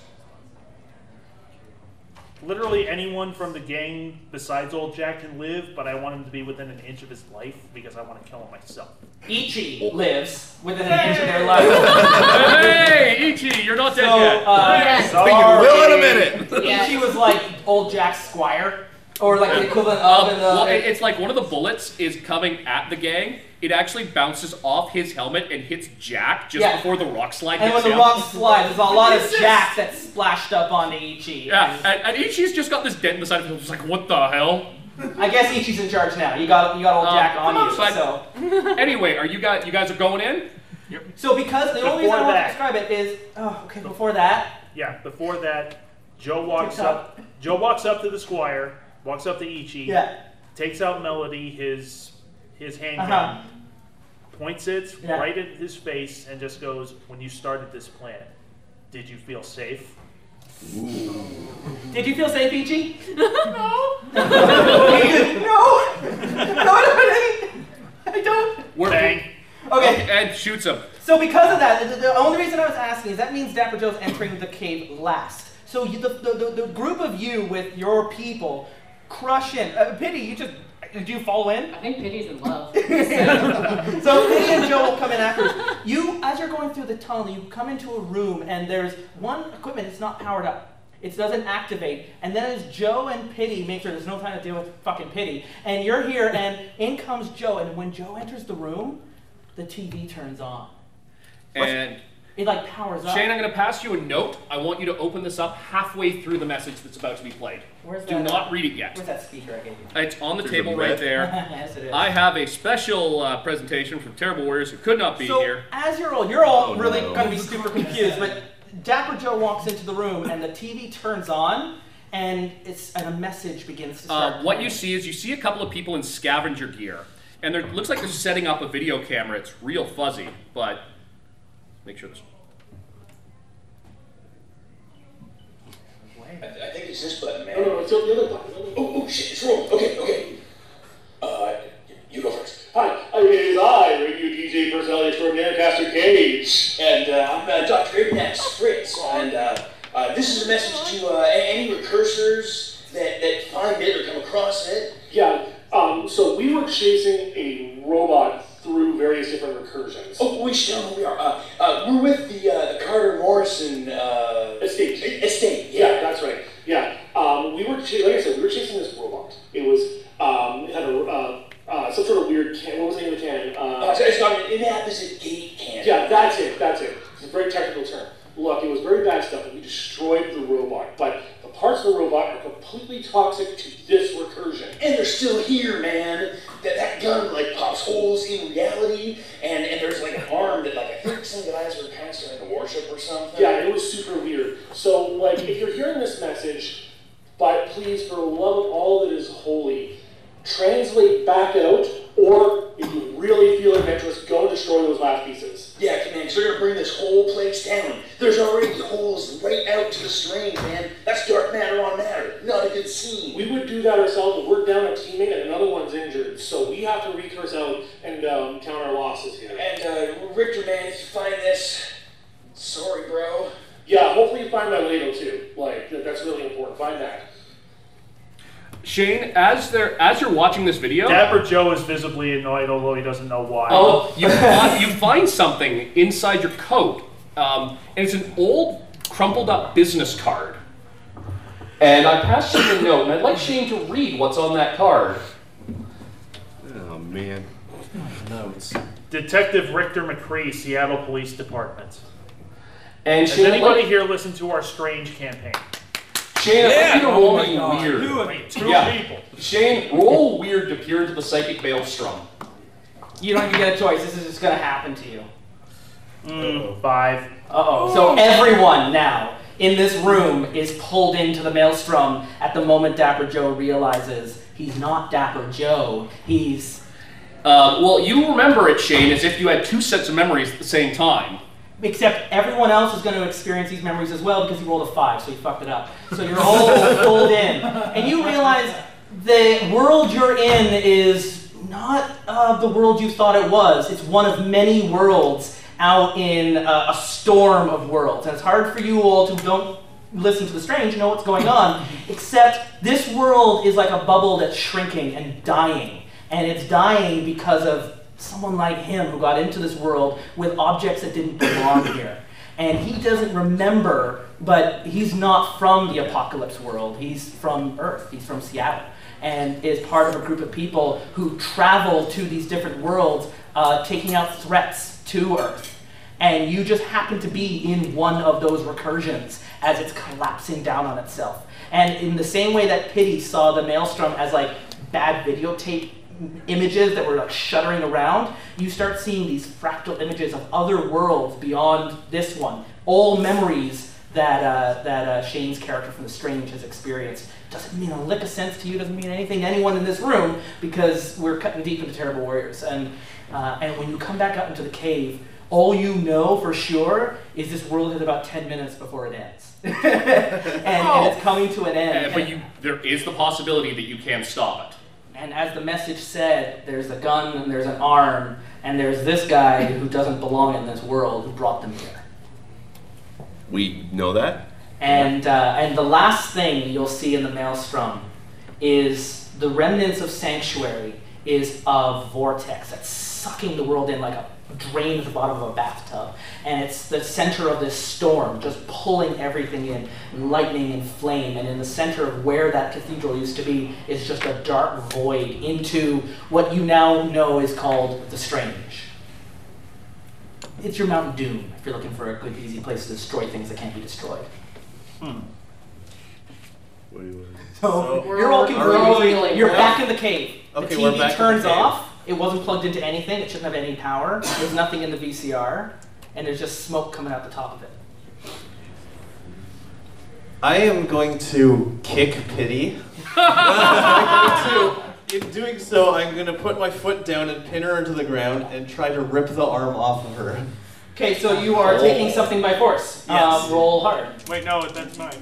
[SPEAKER 7] Literally anyone from the gang besides Old Jack can live, but I want him to be within an inch of his life because I want to kill him myself.
[SPEAKER 1] Ichi lives within an inch of their life.
[SPEAKER 3] hey, Ichi, you're not dead
[SPEAKER 1] so,
[SPEAKER 3] yet.
[SPEAKER 1] Uh,
[SPEAKER 3] Yes.
[SPEAKER 1] sorry.
[SPEAKER 12] Oh,
[SPEAKER 3] But you will in a minute.
[SPEAKER 1] Ichi was like old Jack's squire, or like the equivalent
[SPEAKER 3] Um,
[SPEAKER 1] of in the.
[SPEAKER 3] well, it- it's like one of the bullets is coming at the gang. It actually bounces off his helmet and hits Jack just
[SPEAKER 1] Yeah.
[SPEAKER 3] before the rock slide
[SPEAKER 1] and
[SPEAKER 3] hits
[SPEAKER 1] when the
[SPEAKER 3] him.
[SPEAKER 1] rock slides, there's a lot of
[SPEAKER 3] What is
[SPEAKER 1] Jack that splashed up onto Ichi.
[SPEAKER 3] Yeah, and, and Ichi's just got this dent in the side of him. He's like, what the hell?
[SPEAKER 1] I guess Ichi's in charge now. You got you got old
[SPEAKER 3] Um,
[SPEAKER 1] Jack
[SPEAKER 3] come
[SPEAKER 1] on you,
[SPEAKER 3] bud.
[SPEAKER 1] so.
[SPEAKER 3] anyway, are you guys you guys are going in?
[SPEAKER 1] So because the only reason
[SPEAKER 7] Before
[SPEAKER 1] I want to
[SPEAKER 7] that.
[SPEAKER 1] describe it is, oh, okay. Before that,
[SPEAKER 7] Yeah, before that, Joe walks up. Joe walks up to the squire, walks up to Ichi,
[SPEAKER 1] Yeah.
[SPEAKER 7] takes out Melody, his his handgun,
[SPEAKER 1] Uh-huh.
[SPEAKER 7] points it
[SPEAKER 1] Yeah.
[SPEAKER 7] right at his face, and just goes, "When you started this planet, did you feel safe?"
[SPEAKER 1] did you feel safe, Ichi? no. no. No, I don't. I don't.
[SPEAKER 3] We're
[SPEAKER 1] Okay.
[SPEAKER 3] And shoots him.
[SPEAKER 1] So because of that, the, the only reason I was asking is that means Dapper Joe's entering the cave last. So you, the, the, the, the group of you with your people crush in. Uh, Pity, you just do you fall in?
[SPEAKER 11] I think Pity's in love.
[SPEAKER 1] so Pity and Joe will come in afterwards. You, as you're going through the tunnel, you come into a room and there's one equipment that's not powered up. It doesn't activate, and then it's Joe and Pity make sure there's no time to deal with fucking Pity. And you're here, and in comes Joe, and when Joe enters the room, the TV turns on.
[SPEAKER 3] And
[SPEAKER 1] It like powers up.
[SPEAKER 3] Shane, I'm going to pass you a note. I want you to open this up halfway through the message that's about to be played.
[SPEAKER 1] Where's
[SPEAKER 3] Do
[SPEAKER 1] that?
[SPEAKER 3] not read it yet.
[SPEAKER 1] Where's that speaker I gave you?
[SPEAKER 3] It's on the
[SPEAKER 1] There's
[SPEAKER 3] table
[SPEAKER 1] a
[SPEAKER 3] right
[SPEAKER 1] red-
[SPEAKER 3] there.
[SPEAKER 1] Yes, it is.
[SPEAKER 3] I have a special uh, presentation from Terrible Warriors who could not be
[SPEAKER 1] so
[SPEAKER 3] here.
[SPEAKER 1] as you're all, you're all
[SPEAKER 3] Oh,
[SPEAKER 1] really
[SPEAKER 3] no.
[SPEAKER 1] gonna be super confused. But Dapper Joe walks into the room, and the TV turns on, and it's and a message begins to start.
[SPEAKER 3] Uh, what you see is you see a couple of people in scavenger gear, and it looks like they're setting up a video camera. It's real fuzzy, but make sure this.
[SPEAKER 17] I, I think it's this button, man. Oh, no, it's the other button. Oh, oh, shit, it's wrong. Okay, okay. Uh, you go first. Hi, I mean, it is I, radio DJ personality extraordinaire, Caster Cage. And uh, I'm uh, Dr. Abraham Spritz, and uh, uh, this is a message to uh, a- any recursors that, that find it or come across it.
[SPEAKER 14] Yeah, um, so we were chasing a robot through various different recursions.
[SPEAKER 17] Oh, we should know who we are. Uh, uh, we're with the, uh, the Carter Morrison uh,
[SPEAKER 14] Estate.
[SPEAKER 17] Estate, yeah.
[SPEAKER 14] Yeah, that's right. Yeah, um, we were ch- like I said, we were chasing this robot. It was um, it had a uh, uh, some sort of weird can. What was the name of the can?
[SPEAKER 17] Uh,
[SPEAKER 14] Uh,
[SPEAKER 17] so it's not an inapposite gate can.
[SPEAKER 14] Yeah, that's it. That's it. It's a very technical term. Look, it was very bad stuff, and we destroyed the robot. But the parts of the robot are completely toxic to this recursion.
[SPEAKER 17] And they're still here, man. That, that gun like pops holes in reality, and, and there's like an arm that like I think some guys were pastoring a warship or something.
[SPEAKER 14] Yeah, it was super weird. So, like, if you're hearing this message, but please, for the love of all that is holy, translate back out, or if you
[SPEAKER 18] really feel adventurous, go destroy those last pieces.
[SPEAKER 19] Yeah, command. So we're gonna bring this whole place down. There's already holes right out to the strain, man. That's dark matter on matter. Not a good scene.
[SPEAKER 18] We would do that ourselves, but we're down a teammate and another one's injured, so we have to recourse out and um, count our losses here.
[SPEAKER 19] And uh, Richter, man, if you find this, sorry, bro.
[SPEAKER 18] Yeah, hopefully you find that Lato too. Like, that- that's really important. Find that.
[SPEAKER 9] Shane, as they're as you're watching this video,
[SPEAKER 7] Dapper Joe is visibly annoyed, although he doesn't know why.
[SPEAKER 9] Oh, you find, you find something inside your coat, um, and it's an old, crumpled up business card.
[SPEAKER 3] And I passed him a note, and I'd like Shane to read what's on that card.
[SPEAKER 5] Oh man.
[SPEAKER 7] Notes. Detective Richter McCree, Seattle Police Department.
[SPEAKER 3] And
[SPEAKER 7] Has
[SPEAKER 3] Shane, I'd
[SPEAKER 7] anybody
[SPEAKER 3] like-
[SPEAKER 7] here listen to our strange campaign?
[SPEAKER 3] Shane, I'd like you to
[SPEAKER 7] Oh
[SPEAKER 3] roll me weird.
[SPEAKER 7] Wait, two
[SPEAKER 3] yeah.
[SPEAKER 7] people.
[SPEAKER 3] Shane, roll weird to peer into the psychic maelstrom.
[SPEAKER 1] You don't even get a choice. This is just gonna happen to you.
[SPEAKER 7] Five.
[SPEAKER 1] Uh-oh. So everyone now in this room is pulled into the maelstrom at the moment Dapper Joe realizes he's not Dapper Joe. He's
[SPEAKER 3] Um,
[SPEAKER 9] Uh, well, you remember it, Shane, as if you had two sets of memories at the same time.
[SPEAKER 1] except everyone else is going to experience these memories as well because he rolled a five, so he fucked it up. So you're all pulled in, and you realize the world you're in is not uh, the world you thought it was. It's one of many worlds out in uh, a storm of worlds, and it's hard for you all to don't listen to the strange know what's going on. Except this world is like a bubble that's shrinking and dying, and it's dying because of someone like him who got into this world with objects that didn't belong here. And he doesn't remember, but he's not from the apocalypse world. He's from Earth. He's from Seattle. And is part of a group of people who travel to these different worlds, uh, taking out threats to Earth. And you just happen to be in one of those recursions as it's collapsing down on itself. And in the same way that Pity saw the maelstrom as like bad videotape images that were like shuddering around, you start seeing these fractal images of other worlds beyond this one. All memories that uh, that uh, Shane's character from The Strange has experienced doesn't mean a lick of sense to you. Doesn't mean anything to anyone in this room because we're cutting deep into terrible warriors. And uh, and when you come back out into the cave. All you know for sure is this world has about 10 minutes before it ends. and, and it's coming to an end.
[SPEAKER 9] Uh, but you, there is the possibility that you can stop it.
[SPEAKER 1] And as the message said, there's a gun and there's an arm, and there's this guy who doesn't belong in this world who brought them here.
[SPEAKER 5] We know that.
[SPEAKER 1] And, uh, and the last thing you'll see in the maelstrom is the remnants of sanctuary is a vortex that's sucking the world in like a drain at the bottom of a bathtub. And it's the center of this storm, just pulling everything in, lightning and flame. And in the center of where that cathedral used to be is just a dark void into what you now know is called the strange. It's your Mount Doom if you're looking for a good, easy place to destroy things that can't be destroyed.
[SPEAKER 5] What do you want?
[SPEAKER 1] So,
[SPEAKER 11] So-
[SPEAKER 1] you're all
[SPEAKER 11] Are
[SPEAKER 1] confused.
[SPEAKER 11] we feeling
[SPEAKER 1] you're
[SPEAKER 11] well?
[SPEAKER 1] back in the cave.
[SPEAKER 5] Okay,
[SPEAKER 1] the
[SPEAKER 5] we're
[SPEAKER 1] TV
[SPEAKER 5] back in
[SPEAKER 1] turns
[SPEAKER 5] the cave.
[SPEAKER 1] off. It wasn't plugged into anything. It shouldn't have any power. There's nothing in the VCR, and there's just smoke coming out the top of it.
[SPEAKER 17] I am going to kick pity. I'm going to- in doing so, I'm going to put my foot down and pin her into the ground and try to rip the arm off of her.
[SPEAKER 1] Okay, so you are
[SPEAKER 17] Oh.
[SPEAKER 1] taking something by force.
[SPEAKER 17] Yes.
[SPEAKER 1] Um, roll hard.
[SPEAKER 7] Wait, no, that's mine.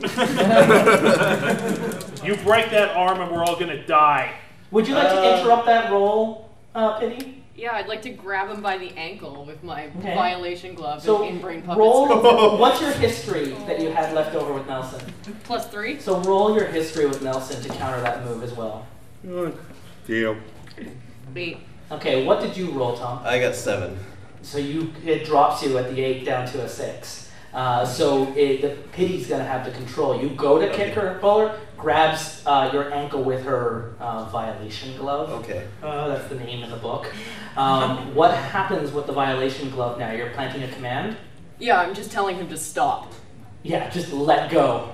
[SPEAKER 7] you break that arm and we're all gonna die.
[SPEAKER 1] Would you like
[SPEAKER 5] Uh,
[SPEAKER 1] to interrupt that roll, uh, Pity?
[SPEAKER 11] Yeah, I'd like to grab him by the ankle with my
[SPEAKER 1] Okay.
[SPEAKER 11] violation glove
[SPEAKER 1] So
[SPEAKER 11] and in-brain puppets.
[SPEAKER 1] roll. what's your history that you had left over with Nelson?
[SPEAKER 11] Plus three.
[SPEAKER 1] So roll your history with Nelson to counter that move as well.
[SPEAKER 5] Deal.
[SPEAKER 11] Eight.
[SPEAKER 1] Okay, what did you roll, Tom?
[SPEAKER 17] I got seven.
[SPEAKER 1] So you it drops you at the eight down to a six. Uh, so it, the pity's gonna have the control. You go to kick her, puller, grabs uh, your ankle with her uh, violation glove.
[SPEAKER 17] Okay.
[SPEAKER 1] Uh, that's the name in the book. Um, what happens with the violation glove now? You're planting a command.
[SPEAKER 11] Yeah, I'm just telling him to stop.
[SPEAKER 1] Yeah, just let go.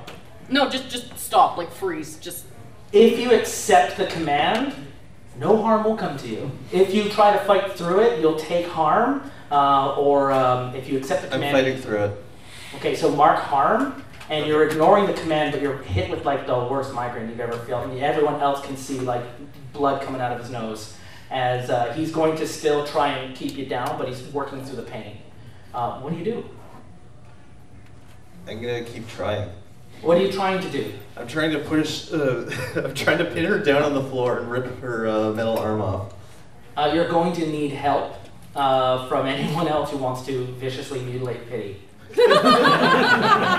[SPEAKER 11] No, just just stop, like freeze. Just
[SPEAKER 1] If you accept the command, no harm will come to you. If you try to fight through it, you'll take harm. Uh, or um, if you accept the
[SPEAKER 17] I'm
[SPEAKER 1] command,
[SPEAKER 17] fighting through it.
[SPEAKER 1] Okay, so mark harm, and you're ignoring the command, but you're hit with like the worst migraine you've ever felt, and everyone else can see like blood coming out of his nose, as uh, he's going to still try and keep you down, but he's working through the pain. Uh, what do you do?
[SPEAKER 17] I'm gonna keep trying.
[SPEAKER 1] What are you trying to do?
[SPEAKER 17] I'm trying to push. Uh, I'm trying to pin her down on the floor and rip her uh, metal arm off.
[SPEAKER 1] Uh, you're going to need help uh, from anyone else who wants to viciously mutilate Pity.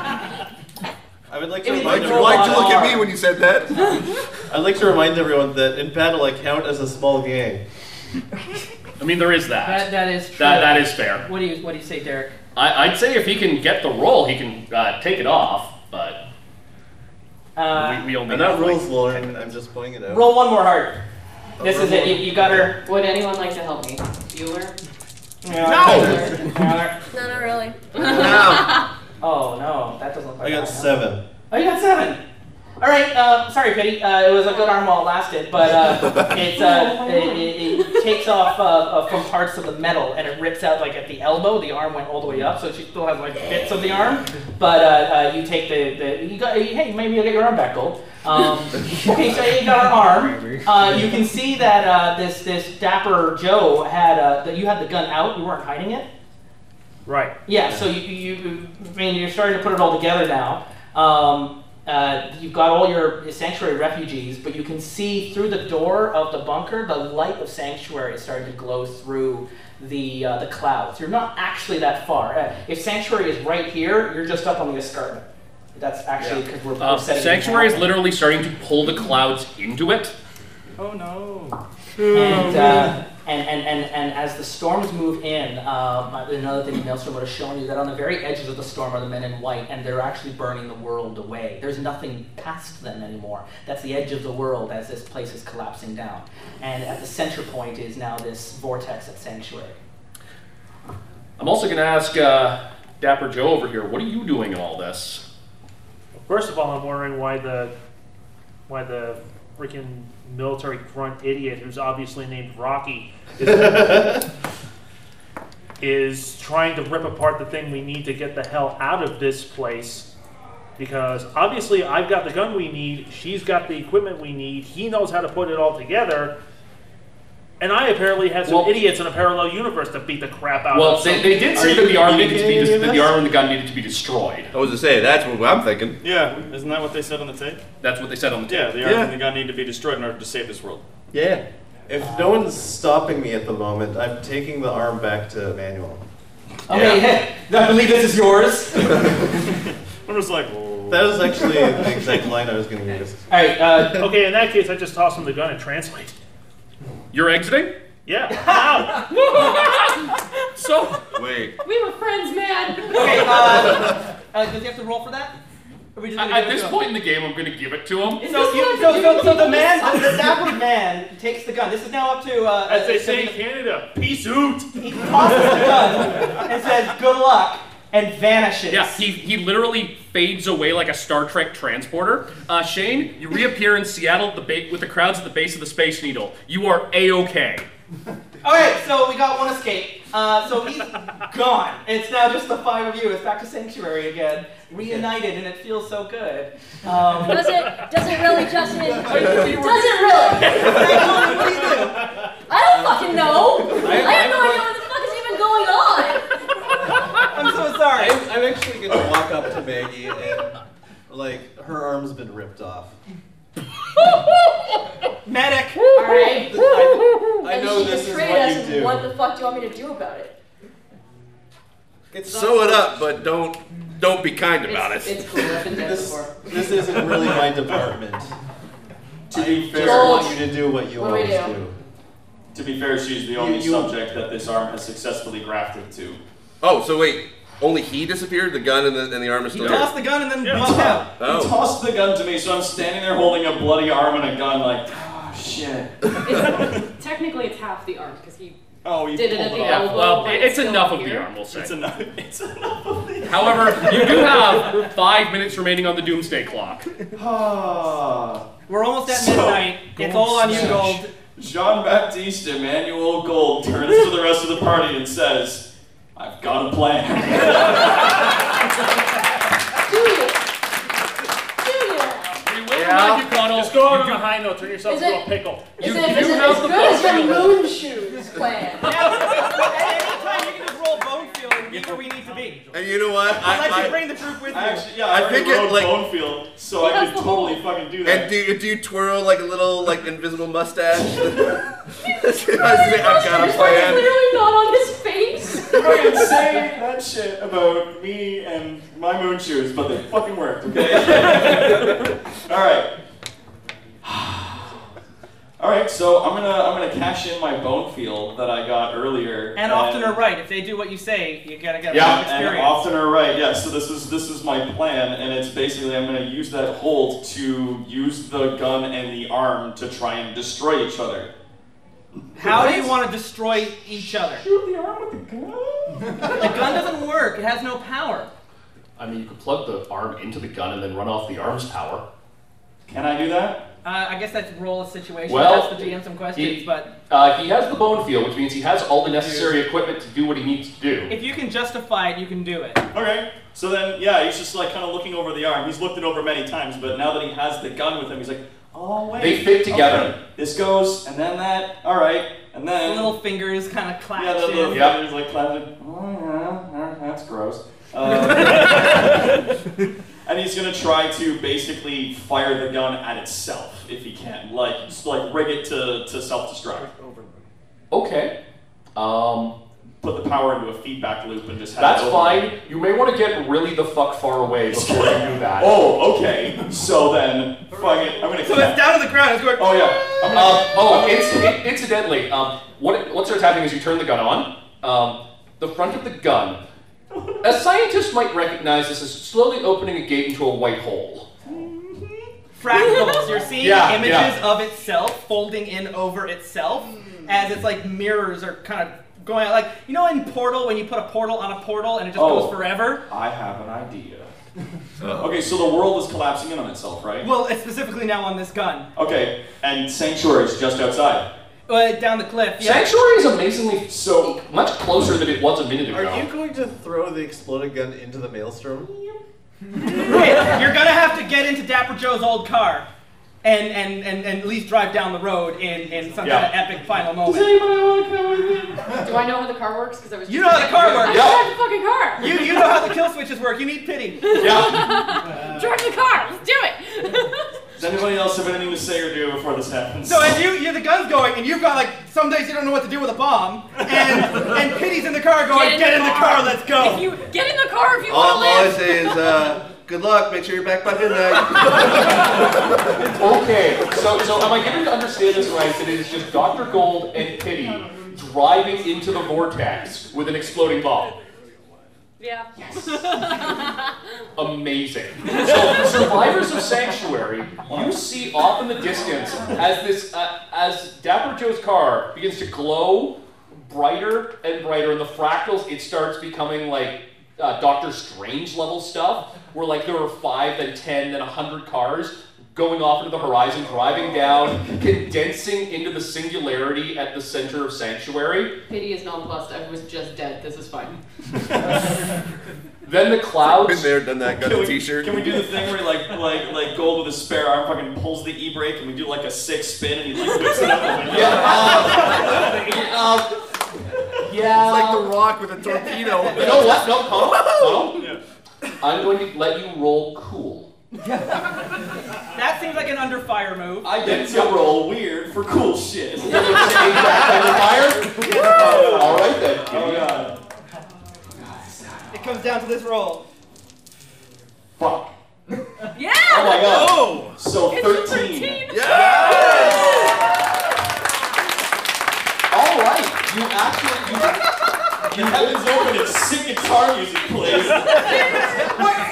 [SPEAKER 17] I would like
[SPEAKER 1] It
[SPEAKER 17] to
[SPEAKER 1] was
[SPEAKER 17] remind
[SPEAKER 1] like
[SPEAKER 17] everyone.
[SPEAKER 1] robot Why'd you look at me arm.
[SPEAKER 17] when you said that? I'd like to remind everyone that in battle I count as a small gang.
[SPEAKER 3] I mean, there is that.
[SPEAKER 1] That, that is true.
[SPEAKER 3] That- that is fair.
[SPEAKER 1] What do you What do you say, Derek?
[SPEAKER 3] I, I'd say if he can get the roll, he can uh, take it off, but
[SPEAKER 1] Uh,
[SPEAKER 3] we, we only
[SPEAKER 17] And that
[SPEAKER 3] have, like,
[SPEAKER 17] rules, Lauren. I'm just pointing it out.
[SPEAKER 1] roll one more hard.
[SPEAKER 3] Oh,
[SPEAKER 1] This is it. You, you got her.
[SPEAKER 11] Would anyone like to help me? Bueller?
[SPEAKER 1] Tyler.
[SPEAKER 20] No, not really.
[SPEAKER 1] Oh no, that doesn't. Look like
[SPEAKER 17] I got
[SPEAKER 1] that, no.
[SPEAKER 17] seven.
[SPEAKER 1] Oh, you got seven. All right. Uh, sorry, Pity. Uh, it was a good arm while it lasted, but uh, it's, uh, it, it, it takes off uh, uh, from parts of the metal and it rips out like at the elbow. The arm went all the way up, so she still has like bits of the arm. But uh, uh, you take the, the you got hey maybe you'll get your arm back, Gold. Um, okay, so you got her arm. Uh, you can see that uh, this this dapper Joe had uh, that you had the gun out. You weren't hiding it.
[SPEAKER 7] Right.
[SPEAKER 1] Yeah, so you, you, you I mean, you're starting to put it all together now. Um, uh, you've got all your sanctuary refugees, but you can see through the door of the bunker, the light of sanctuary is starting to glow through the uh, the clouds. You're not actually that far. Uh, if sanctuary is right here, you're just up on the escarpment. That's actually because we're,
[SPEAKER 3] uh,
[SPEAKER 1] we're setting
[SPEAKER 3] Sanctuary is
[SPEAKER 1] down.
[SPEAKER 3] literally starting to pull the clouds into it.
[SPEAKER 1] Oh no. And, uh, and, and, and, and as the storms move in, um, another thing Maelstrom would have shown you that on the very edges of the storm are the men in white, and they're actually burning the world away. There's nothing past them anymore. That's the edge of the world as this place is collapsing down. And at the center point is now this vortex at Sanctuary.
[SPEAKER 3] I'm also going to ask uh, Dapper Joe over here, what are you doing in all this?
[SPEAKER 7] First of all, I'm wondering why the why the freaking military grunt idiot who's obviously named Rocky is, is trying to rip apart the thing we need to get the hell out of this place. Because obviously, I've got the gun we need, she's got the equipment we need, he knows how to put it all together. And I apparently had some
[SPEAKER 3] Well-
[SPEAKER 7] idiots in a parallel universe to beat the crap out
[SPEAKER 3] well,
[SPEAKER 7] of.
[SPEAKER 3] they,
[SPEAKER 7] Uh, so-
[SPEAKER 3] they did say that the arm needed to be des- that the arm and the gun needed to be destroyed.
[SPEAKER 5] I was to say that's what I'm thinking.
[SPEAKER 21] Yeah, isn't that what they said on the tape?
[SPEAKER 3] That's what they said on the
[SPEAKER 21] Yeah,
[SPEAKER 3] tape.
[SPEAKER 21] the arm
[SPEAKER 3] Yeah.
[SPEAKER 21] and the gun need to be destroyed in order to save this world.
[SPEAKER 17] Yeah. If no one's stopping me at the moment, I'm taking the arm back to Emmanuel.
[SPEAKER 1] Okay, I believe this is yours.
[SPEAKER 21] I'm just like,
[SPEAKER 17] That was actually the exact line I was going to use.
[SPEAKER 1] All right. Uh,
[SPEAKER 7] okay, in that case, I just toss him the gun and translate.
[SPEAKER 3] You're exiting?
[SPEAKER 7] Yeah. Ow.
[SPEAKER 3] so.
[SPEAKER 5] Wait.
[SPEAKER 11] We were friends, man.
[SPEAKER 1] Okay, uh, uh, does he have to roll for that? Or we just gonna
[SPEAKER 3] At
[SPEAKER 1] give it
[SPEAKER 3] this
[SPEAKER 1] to him?
[SPEAKER 3] point in the game, I'm going to give it to him.
[SPEAKER 1] So, you, so, so, so the man, the dapper man, takes the gun. This is now up to. Uh,
[SPEAKER 7] As they
[SPEAKER 1] uh,
[SPEAKER 7] say in Canada, peace out.
[SPEAKER 1] He tosses the gun and says, "Good luck," and vanishes.
[SPEAKER 3] Yeah, he, he literally fades away like a Star Trek transporter. Uh, Shane, you reappear in Seattle at the ba- with the crowds at the base of the Space Needle. You are A-OK.
[SPEAKER 1] All right, so we got one escape. Uh, so he's gone. It's now just the five of you. It's back to sanctuary again, reunited, and it feels so good. Um,
[SPEAKER 14] Does it? Does it really, Justin? Does it really? I don't fucking know. I, have no idea what the
[SPEAKER 1] I'm
[SPEAKER 14] fuck is even going on.
[SPEAKER 1] so sorry.
[SPEAKER 17] I'm, I'm actually going to walk up to Maggie and, like, her arm's been ripped off.
[SPEAKER 1] Medic.
[SPEAKER 14] All right.
[SPEAKER 17] I- I
[SPEAKER 14] and
[SPEAKER 17] know
[SPEAKER 14] she
[SPEAKER 17] this
[SPEAKER 14] just
[SPEAKER 17] is
[SPEAKER 14] sprayed
[SPEAKER 17] what
[SPEAKER 14] us
[SPEAKER 17] you
[SPEAKER 14] and
[SPEAKER 17] do.
[SPEAKER 14] What the fuck do you want me to do about it?
[SPEAKER 5] Sew it up, but don't don't be kind about it.
[SPEAKER 11] It's cool. I've been dead
[SPEAKER 17] This,
[SPEAKER 11] before.
[SPEAKER 17] this isn't really my department.
[SPEAKER 6] To be
[SPEAKER 17] I just
[SPEAKER 6] fair,
[SPEAKER 17] want you to do what you
[SPEAKER 6] What do
[SPEAKER 17] always
[SPEAKER 6] we
[SPEAKER 17] do.
[SPEAKER 6] do? to be fair, she's the only
[SPEAKER 17] you-
[SPEAKER 6] subject that this arm has successfully grafted to.
[SPEAKER 5] Oh, so wait, only he disappeared. The gun and the and the arm is still there.
[SPEAKER 1] the gun and then walked out.
[SPEAKER 5] Oh.
[SPEAKER 6] He tossed the gun to me, so I'm standing there holding a bloody arm and a gun, like, oh shit.
[SPEAKER 11] Technically, it's half the arm because he.
[SPEAKER 6] Oh, you
[SPEAKER 11] did it at
[SPEAKER 6] pulled
[SPEAKER 11] the
[SPEAKER 6] it off.
[SPEAKER 11] elbow.
[SPEAKER 3] Well,
[SPEAKER 11] but
[SPEAKER 3] it's
[SPEAKER 11] still
[SPEAKER 3] enough of
[SPEAKER 11] here.
[SPEAKER 3] the arm, we'll say.
[SPEAKER 6] It's enough. It's enough of the
[SPEAKER 3] However, you do have five minutes remaining on the Doomsday Clock.
[SPEAKER 1] Ah. We're almost at midnight. It's all on you, Gold.
[SPEAKER 6] Jean Baptiste Emmanuel Gold turns to the rest of the party and says, I've got a plan.
[SPEAKER 3] We will remind you, Connell, Just go
[SPEAKER 7] go out on a high note. Turn yourself
[SPEAKER 14] Is
[SPEAKER 7] into
[SPEAKER 14] it-
[SPEAKER 7] a pickle.
[SPEAKER 14] Is it, is it as good as your moon shoes plan?
[SPEAKER 1] you can just roll bone feel and meet where we need to be.
[SPEAKER 8] And you know what? I-
[SPEAKER 1] Unless
[SPEAKER 8] I-
[SPEAKER 1] you bring the troop with you.
[SPEAKER 8] I actually- yeah,
[SPEAKER 5] I think it like
[SPEAKER 6] Bonefield, so I could totally fucking do that.
[SPEAKER 5] And do you, do you twirl like a little like invisible mustache? I say, I've got a plan.
[SPEAKER 14] Clearly not on his face.
[SPEAKER 6] Fucking say that shit about me and my moon shoes, but they fucking worked, okay? Alright. Alright, so I'm gonna I'm gonna cash in my bone field that I got earlier.
[SPEAKER 1] And often are right. If they do what you say, you gotta get a lot
[SPEAKER 6] yeah,
[SPEAKER 1] of experience.
[SPEAKER 6] and often are right. Yeah, so this is this is my plan, and it's basically I'm gonna use that hold to use the gun and the arm to try and destroy each other.
[SPEAKER 1] How do you want to destroy each other?
[SPEAKER 6] Shoot the arm with the gun.
[SPEAKER 1] The gun doesn't work. It has no power.
[SPEAKER 3] I mean, you could plug the arm into the gun and then run off the arm's power.
[SPEAKER 6] Can I do that?
[SPEAKER 1] Uh, I guess that's roll a situation.
[SPEAKER 3] Well,
[SPEAKER 1] ask the GM some questions,
[SPEAKER 3] he-
[SPEAKER 1] but
[SPEAKER 3] Uh, he has the bone field, which means he has all the necessary equipment to do what he needs to do.
[SPEAKER 1] if you can justify it, you can do it.
[SPEAKER 6] Okay. So then, yeah, he's just like kind of looking over the arm. He's looked it over many times, but now that he has the gun with him, he's like, oh wait.
[SPEAKER 3] They fit together.
[SPEAKER 6] okay, This goes, and then that. All right, and
[SPEAKER 1] The
[SPEAKER 6] then.
[SPEAKER 1] little fingers kind of clash
[SPEAKER 6] yeah, the little
[SPEAKER 1] in.
[SPEAKER 6] fingers like clapping. Oh yeah, yeah, that's gross. Um, and he's gonna try to basically fire the gun at itself if he can, like just like rig it to, to self-destruct.
[SPEAKER 3] Okay. Um,
[SPEAKER 6] Put the power into a feedback loop and just have
[SPEAKER 3] That's
[SPEAKER 6] it over.
[SPEAKER 3] fine. You may want to get really the fuck far away before you do that.
[SPEAKER 6] Oh, okay. So then, fuck it. I'm gonna.
[SPEAKER 3] So it's
[SPEAKER 6] down to the ground. It's going. Oh yeah. I'm
[SPEAKER 3] Um,
[SPEAKER 6] gonna-
[SPEAKER 3] oh, inc- incidentally, um, what, what starts happening is you turn the gun on. Um, the front of the gun. A scientist might recognize this as slowly opening a gate into a white hole.
[SPEAKER 1] Fractals. You're seeing
[SPEAKER 3] Yeah,
[SPEAKER 1] images
[SPEAKER 3] yeah.
[SPEAKER 1] of itself folding in over itself as it's like mirrors are kind of going out. Like, you know, in Portal, when you put a portal on a portal and it just
[SPEAKER 6] Oh.
[SPEAKER 1] goes forever?
[SPEAKER 6] I have an idea.
[SPEAKER 3] Oh.
[SPEAKER 6] okay, so the world is collapsing in on itself, right?
[SPEAKER 1] Well, specifically now on this gun.
[SPEAKER 6] Okay, and Sanctuary is just outside.
[SPEAKER 1] Uh, down the cliff. Yeah.
[SPEAKER 3] Sanctuary is amazingly so much closer than it was a minute
[SPEAKER 17] Are you
[SPEAKER 3] ago.
[SPEAKER 17] going to throw the exploded gun into the maelstrom?
[SPEAKER 1] Wait, you're gonna have to get into Dapper Joe's old car and and, and, and at least drive down the road in, in some kind
[SPEAKER 3] Yeah.
[SPEAKER 1] of epic final moment.
[SPEAKER 11] Do I know how the car works? Because I was.
[SPEAKER 1] You
[SPEAKER 11] just
[SPEAKER 1] know how the car works.
[SPEAKER 11] I
[SPEAKER 1] Yeah.
[SPEAKER 11] drive the fucking car.
[SPEAKER 1] You, you know how the kill switches work. You need pity.
[SPEAKER 11] Drive the car. Let's do it.
[SPEAKER 6] Does anybody else have anything to say or do before this happens?
[SPEAKER 1] So as you, you the gun's going, and you've got like some days you don't know what to do with a bomb, and and pity's in the car going, get in, the, car. let's go.
[SPEAKER 11] If you get in the car if you
[SPEAKER 5] All, all I
[SPEAKER 11] want to live.
[SPEAKER 5] say is, uh, good luck. Make sure you're back by midnight.
[SPEAKER 3] Okay, so so am I given to understand this right that it is just Dr. Gold and Pity driving into the vortex with an exploding bomb?
[SPEAKER 11] Yeah.
[SPEAKER 3] Amazing. So survivors of Sanctuary, you see off in the distance as this uh, as Dapper Joe's car begins to glow brighter and brighter, and the fractals it starts becoming like uh, Doctor Strange level stuff, where like there were five, then ten, then a hundred cars going off into the horizon, driving down, condensing into the singularity at the center of Sanctuary.
[SPEAKER 11] Pity is nonplussed. I was just dead. This is fine.
[SPEAKER 3] Then the clouds.
[SPEAKER 5] Been there, done that. Got
[SPEAKER 6] Can
[SPEAKER 5] a
[SPEAKER 6] we-
[SPEAKER 5] T-shirt.
[SPEAKER 6] Can we do the thing where like like like Gold with his spare arm fucking pulls the e brake and we do like a six spin and he like whips it up the window?
[SPEAKER 3] Yeah.
[SPEAKER 5] It's like the Rock with a torpedo.
[SPEAKER 3] You know what? No, Connell. Connell, I'm going to let you roll cool.
[SPEAKER 1] That seems like an under fire move.
[SPEAKER 6] I get to roll weird for cool shit.
[SPEAKER 3] Exactly. Under fire. All right then.
[SPEAKER 6] Oh god.
[SPEAKER 1] It comes down to this roll.
[SPEAKER 6] Fuck.
[SPEAKER 11] Yeah.
[SPEAKER 6] Oh my god.
[SPEAKER 1] Oh.
[SPEAKER 6] So
[SPEAKER 11] It's a
[SPEAKER 6] 13.
[SPEAKER 11] 13.
[SPEAKER 3] All right. You actually.
[SPEAKER 6] The heavens open and sick guitar music plays.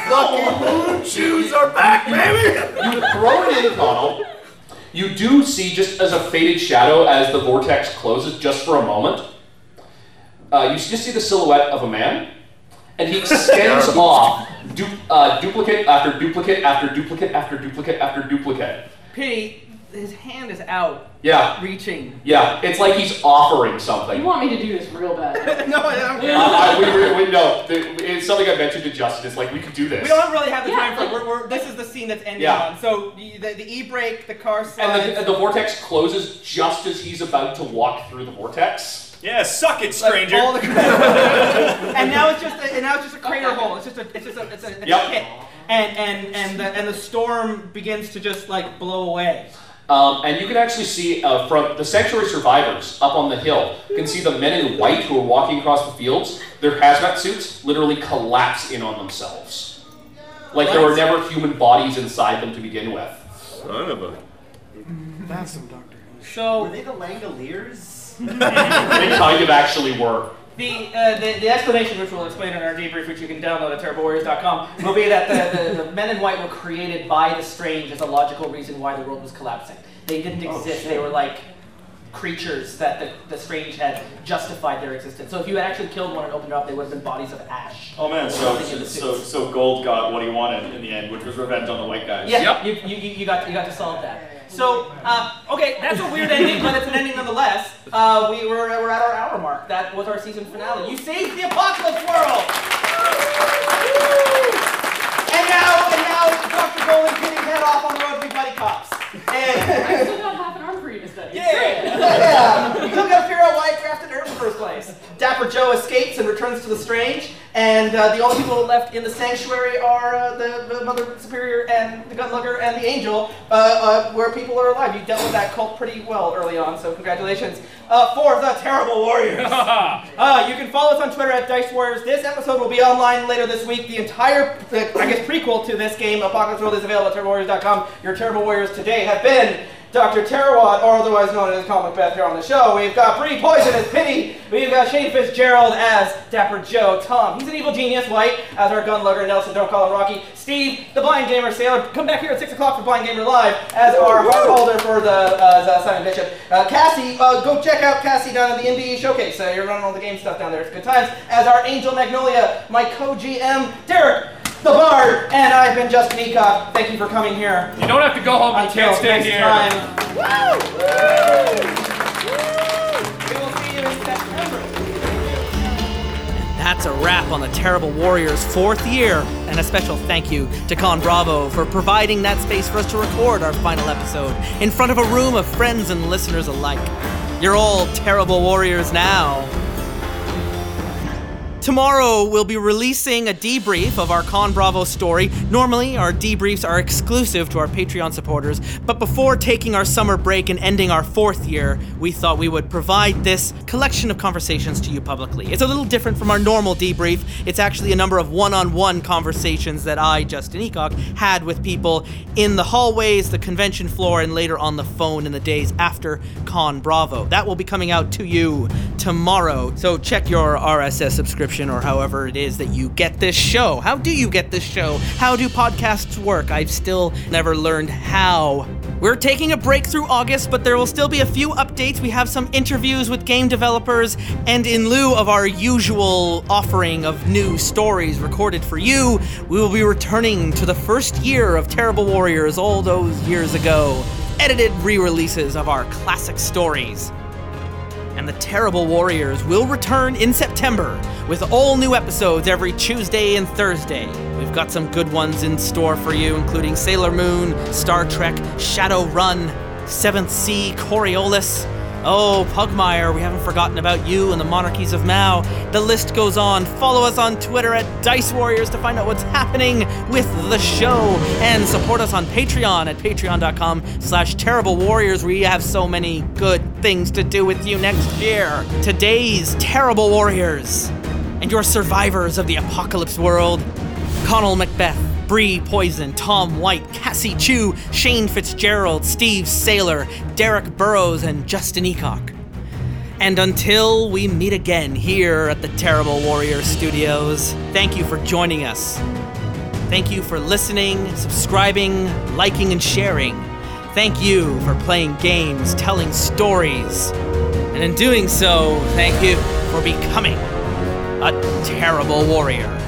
[SPEAKER 5] Fucking moon shoes are back, baby.
[SPEAKER 3] You throw it in, Connell. You do see just as a faded shadow as the vortex closes, just for a moment. Uh, you just see the silhouette of a man, and he extends off du- uh, duplicate after duplicate after duplicate after duplicate after duplicate.
[SPEAKER 1] Pity
[SPEAKER 17] his hand is out.
[SPEAKER 3] Yeah.
[SPEAKER 17] Reaching.
[SPEAKER 3] Yeah, it's like he's offering something.
[SPEAKER 11] You want me to do this real bad?
[SPEAKER 17] no, I
[SPEAKER 3] Uh, I- we, we, we, no, the- it's something I mentioned to Justin. It's like we could do this.
[SPEAKER 17] We don't really have the
[SPEAKER 11] Yeah,
[SPEAKER 17] time for it. We're, we're, this is the scene that's ending
[SPEAKER 3] Yeah.
[SPEAKER 17] on. So the, the, the e-brake, the car slides.
[SPEAKER 3] and the, and the vortex closes just as he's about to walk through the vortex.
[SPEAKER 7] Yeah, suck it, stranger.
[SPEAKER 17] all the- and now it's just a, and now it's just a crater hole. It's just a it's just a it's a, it's
[SPEAKER 3] Yep.
[SPEAKER 17] a pit. And and and the and the storm begins to just like blow away.
[SPEAKER 3] Um, and you can actually see uh, from the sanctuary survivors up on the hill, you can see the men in white who are walking across the fields, their hazmat suits literally collapse in on themselves. Like there were never human bodies inside them to begin with. Son of a.
[SPEAKER 17] That's some Doctor So were they
[SPEAKER 22] the Langoliers?
[SPEAKER 3] They kind of actually were.
[SPEAKER 17] The, uh, the, the explanation, which we'll explain in our debrief, which you can download at terriblewarriors.com, will be that the, the, the men in white were created by the strange as a logical reason why the world was collapsing. They didn't
[SPEAKER 22] Oh,
[SPEAKER 17] exist,
[SPEAKER 22] shit.
[SPEAKER 17] they were like creatures that the, the strange had justified their existence. So if you had actually killed one and opened it up, they would have been bodies of ash.
[SPEAKER 6] Oh man, so
[SPEAKER 17] Nothing in the
[SPEAKER 6] so
[SPEAKER 17] suits.
[SPEAKER 6] so Gold got what he wanted in the end, which was revenge on the white guys.
[SPEAKER 17] Yeah, you, you, you- you got you got to solve that. So uh, okay, that's a weird ending, but it's an ending nonetheless. Uh, we were we're at our hour mark. That was our season finale. You saved the apocalypse world. And now and now Dr. Golden getting head off on the road to be buddy cops.
[SPEAKER 11] I
[SPEAKER 17] And
[SPEAKER 11] still got half an arm for you to study.
[SPEAKER 17] yeah, yeah. You still gotta figure out why I drafted her in the first place. Dapper Joe escapes and returns to the strange, and uh, the only people left in the sanctuary are uh, the, the Mother Superior and the Gunlugger and the Angel, uh, uh, where people are alive. You dealt with that cult pretty well early on, so congratulations uh, for the Terrible Warriors. uh, you can follow us on Twitter at Dice Warriors. This episode will be online later this week. The entire, uh, I guess, prequel to this game, Apocalypse World, is available at TerribleWarriors.com. Your Terrible Warriors today have been Dr. Terawat, or otherwise known as Comic Beth, here on the show. We've got Bree Poison as Pity. We've got Shane Fitzgerald as Dapper Joe Tom. He's an evil genius, White, as our gun lugger Nelson, don't call him Rocky. Steve, the blind gamer sailor, come back here at 6 o'clock for Blind Gamer Live as our
[SPEAKER 22] Woo!
[SPEAKER 17] heart holder for the uh, Simon Bishop. Uh, Cassie, uh, go check out Cassie down at the NBA Showcase. Uh, you're running all the game stuff down there. It's good times. As our Angel Magnolia, my co GM, Derek. The Bard, and I've been Justin Eacock. Thank you for coming here.
[SPEAKER 23] You don't have to go home. You
[SPEAKER 17] Until
[SPEAKER 23] can't stay
[SPEAKER 17] next
[SPEAKER 23] here.
[SPEAKER 17] time. We will see you in September.
[SPEAKER 1] That's a wrap on the Terrible Warriors' fourth year, and a special thank you to Con Bravo for providing that space for us to record our final episode in front of a room of friends and listeners alike. You're all Terrible Warriors now. Tomorrow, we'll be releasing a debrief of our Con Bravo story. Normally, our debriefs are exclusive to our Patreon supporters, but before taking our summer break and ending our fourth year, we thought we would provide this collection of conversations to you publicly. It's a little different from our normal debrief. It's actually a number of one on one conversations that I, Justin Eacock, had with people in the hallways, the convention floor, and later on the phone in the days after Con Bravo. That will be coming out to you tomorrow. So check your RSS subscription or however it is that you get this show. How do you get this show? How do podcasts work? I've still never learned how. We're taking a break through August, but there will still be a few updates. We have some interviews with game developers, and in lieu of our usual offering of new stories recorded for you, we will be returning to the first year of Terrible Warriors all those years ago. Edited re releases of our classic stories and the Terrible Warriors will return in September with all new episodes every Tuesday and Thursday. We've got some good ones in store for you, including Sailor Moon, Star Trek, Shadow Run, Seventh Sea, Coriolis. Oh, Pugmire, we haven't forgotten about you and the monarchies of Mao. The list goes on. Follow us on Twitter at Dice Warriors to find out what's happening with the show. And support us on Patreon at patreon.com slash terrible warriors, where you have so many good things to do with you next year. Today's terrible warriors and your survivors of the apocalypse world Connell Macbeth, Bree Poison, Tom White, Cassie Chu, Shane Fitzgerald, Steve Saylor, Derek Burrows, and Justin Eacock. And until we meet again here at the Terrible Warrior Studios, thank you for joining us. Thank you for listening, subscribing, liking, and sharing. Thank you for playing games, telling stories. And in doing so, thank you for becoming a terrible warrior.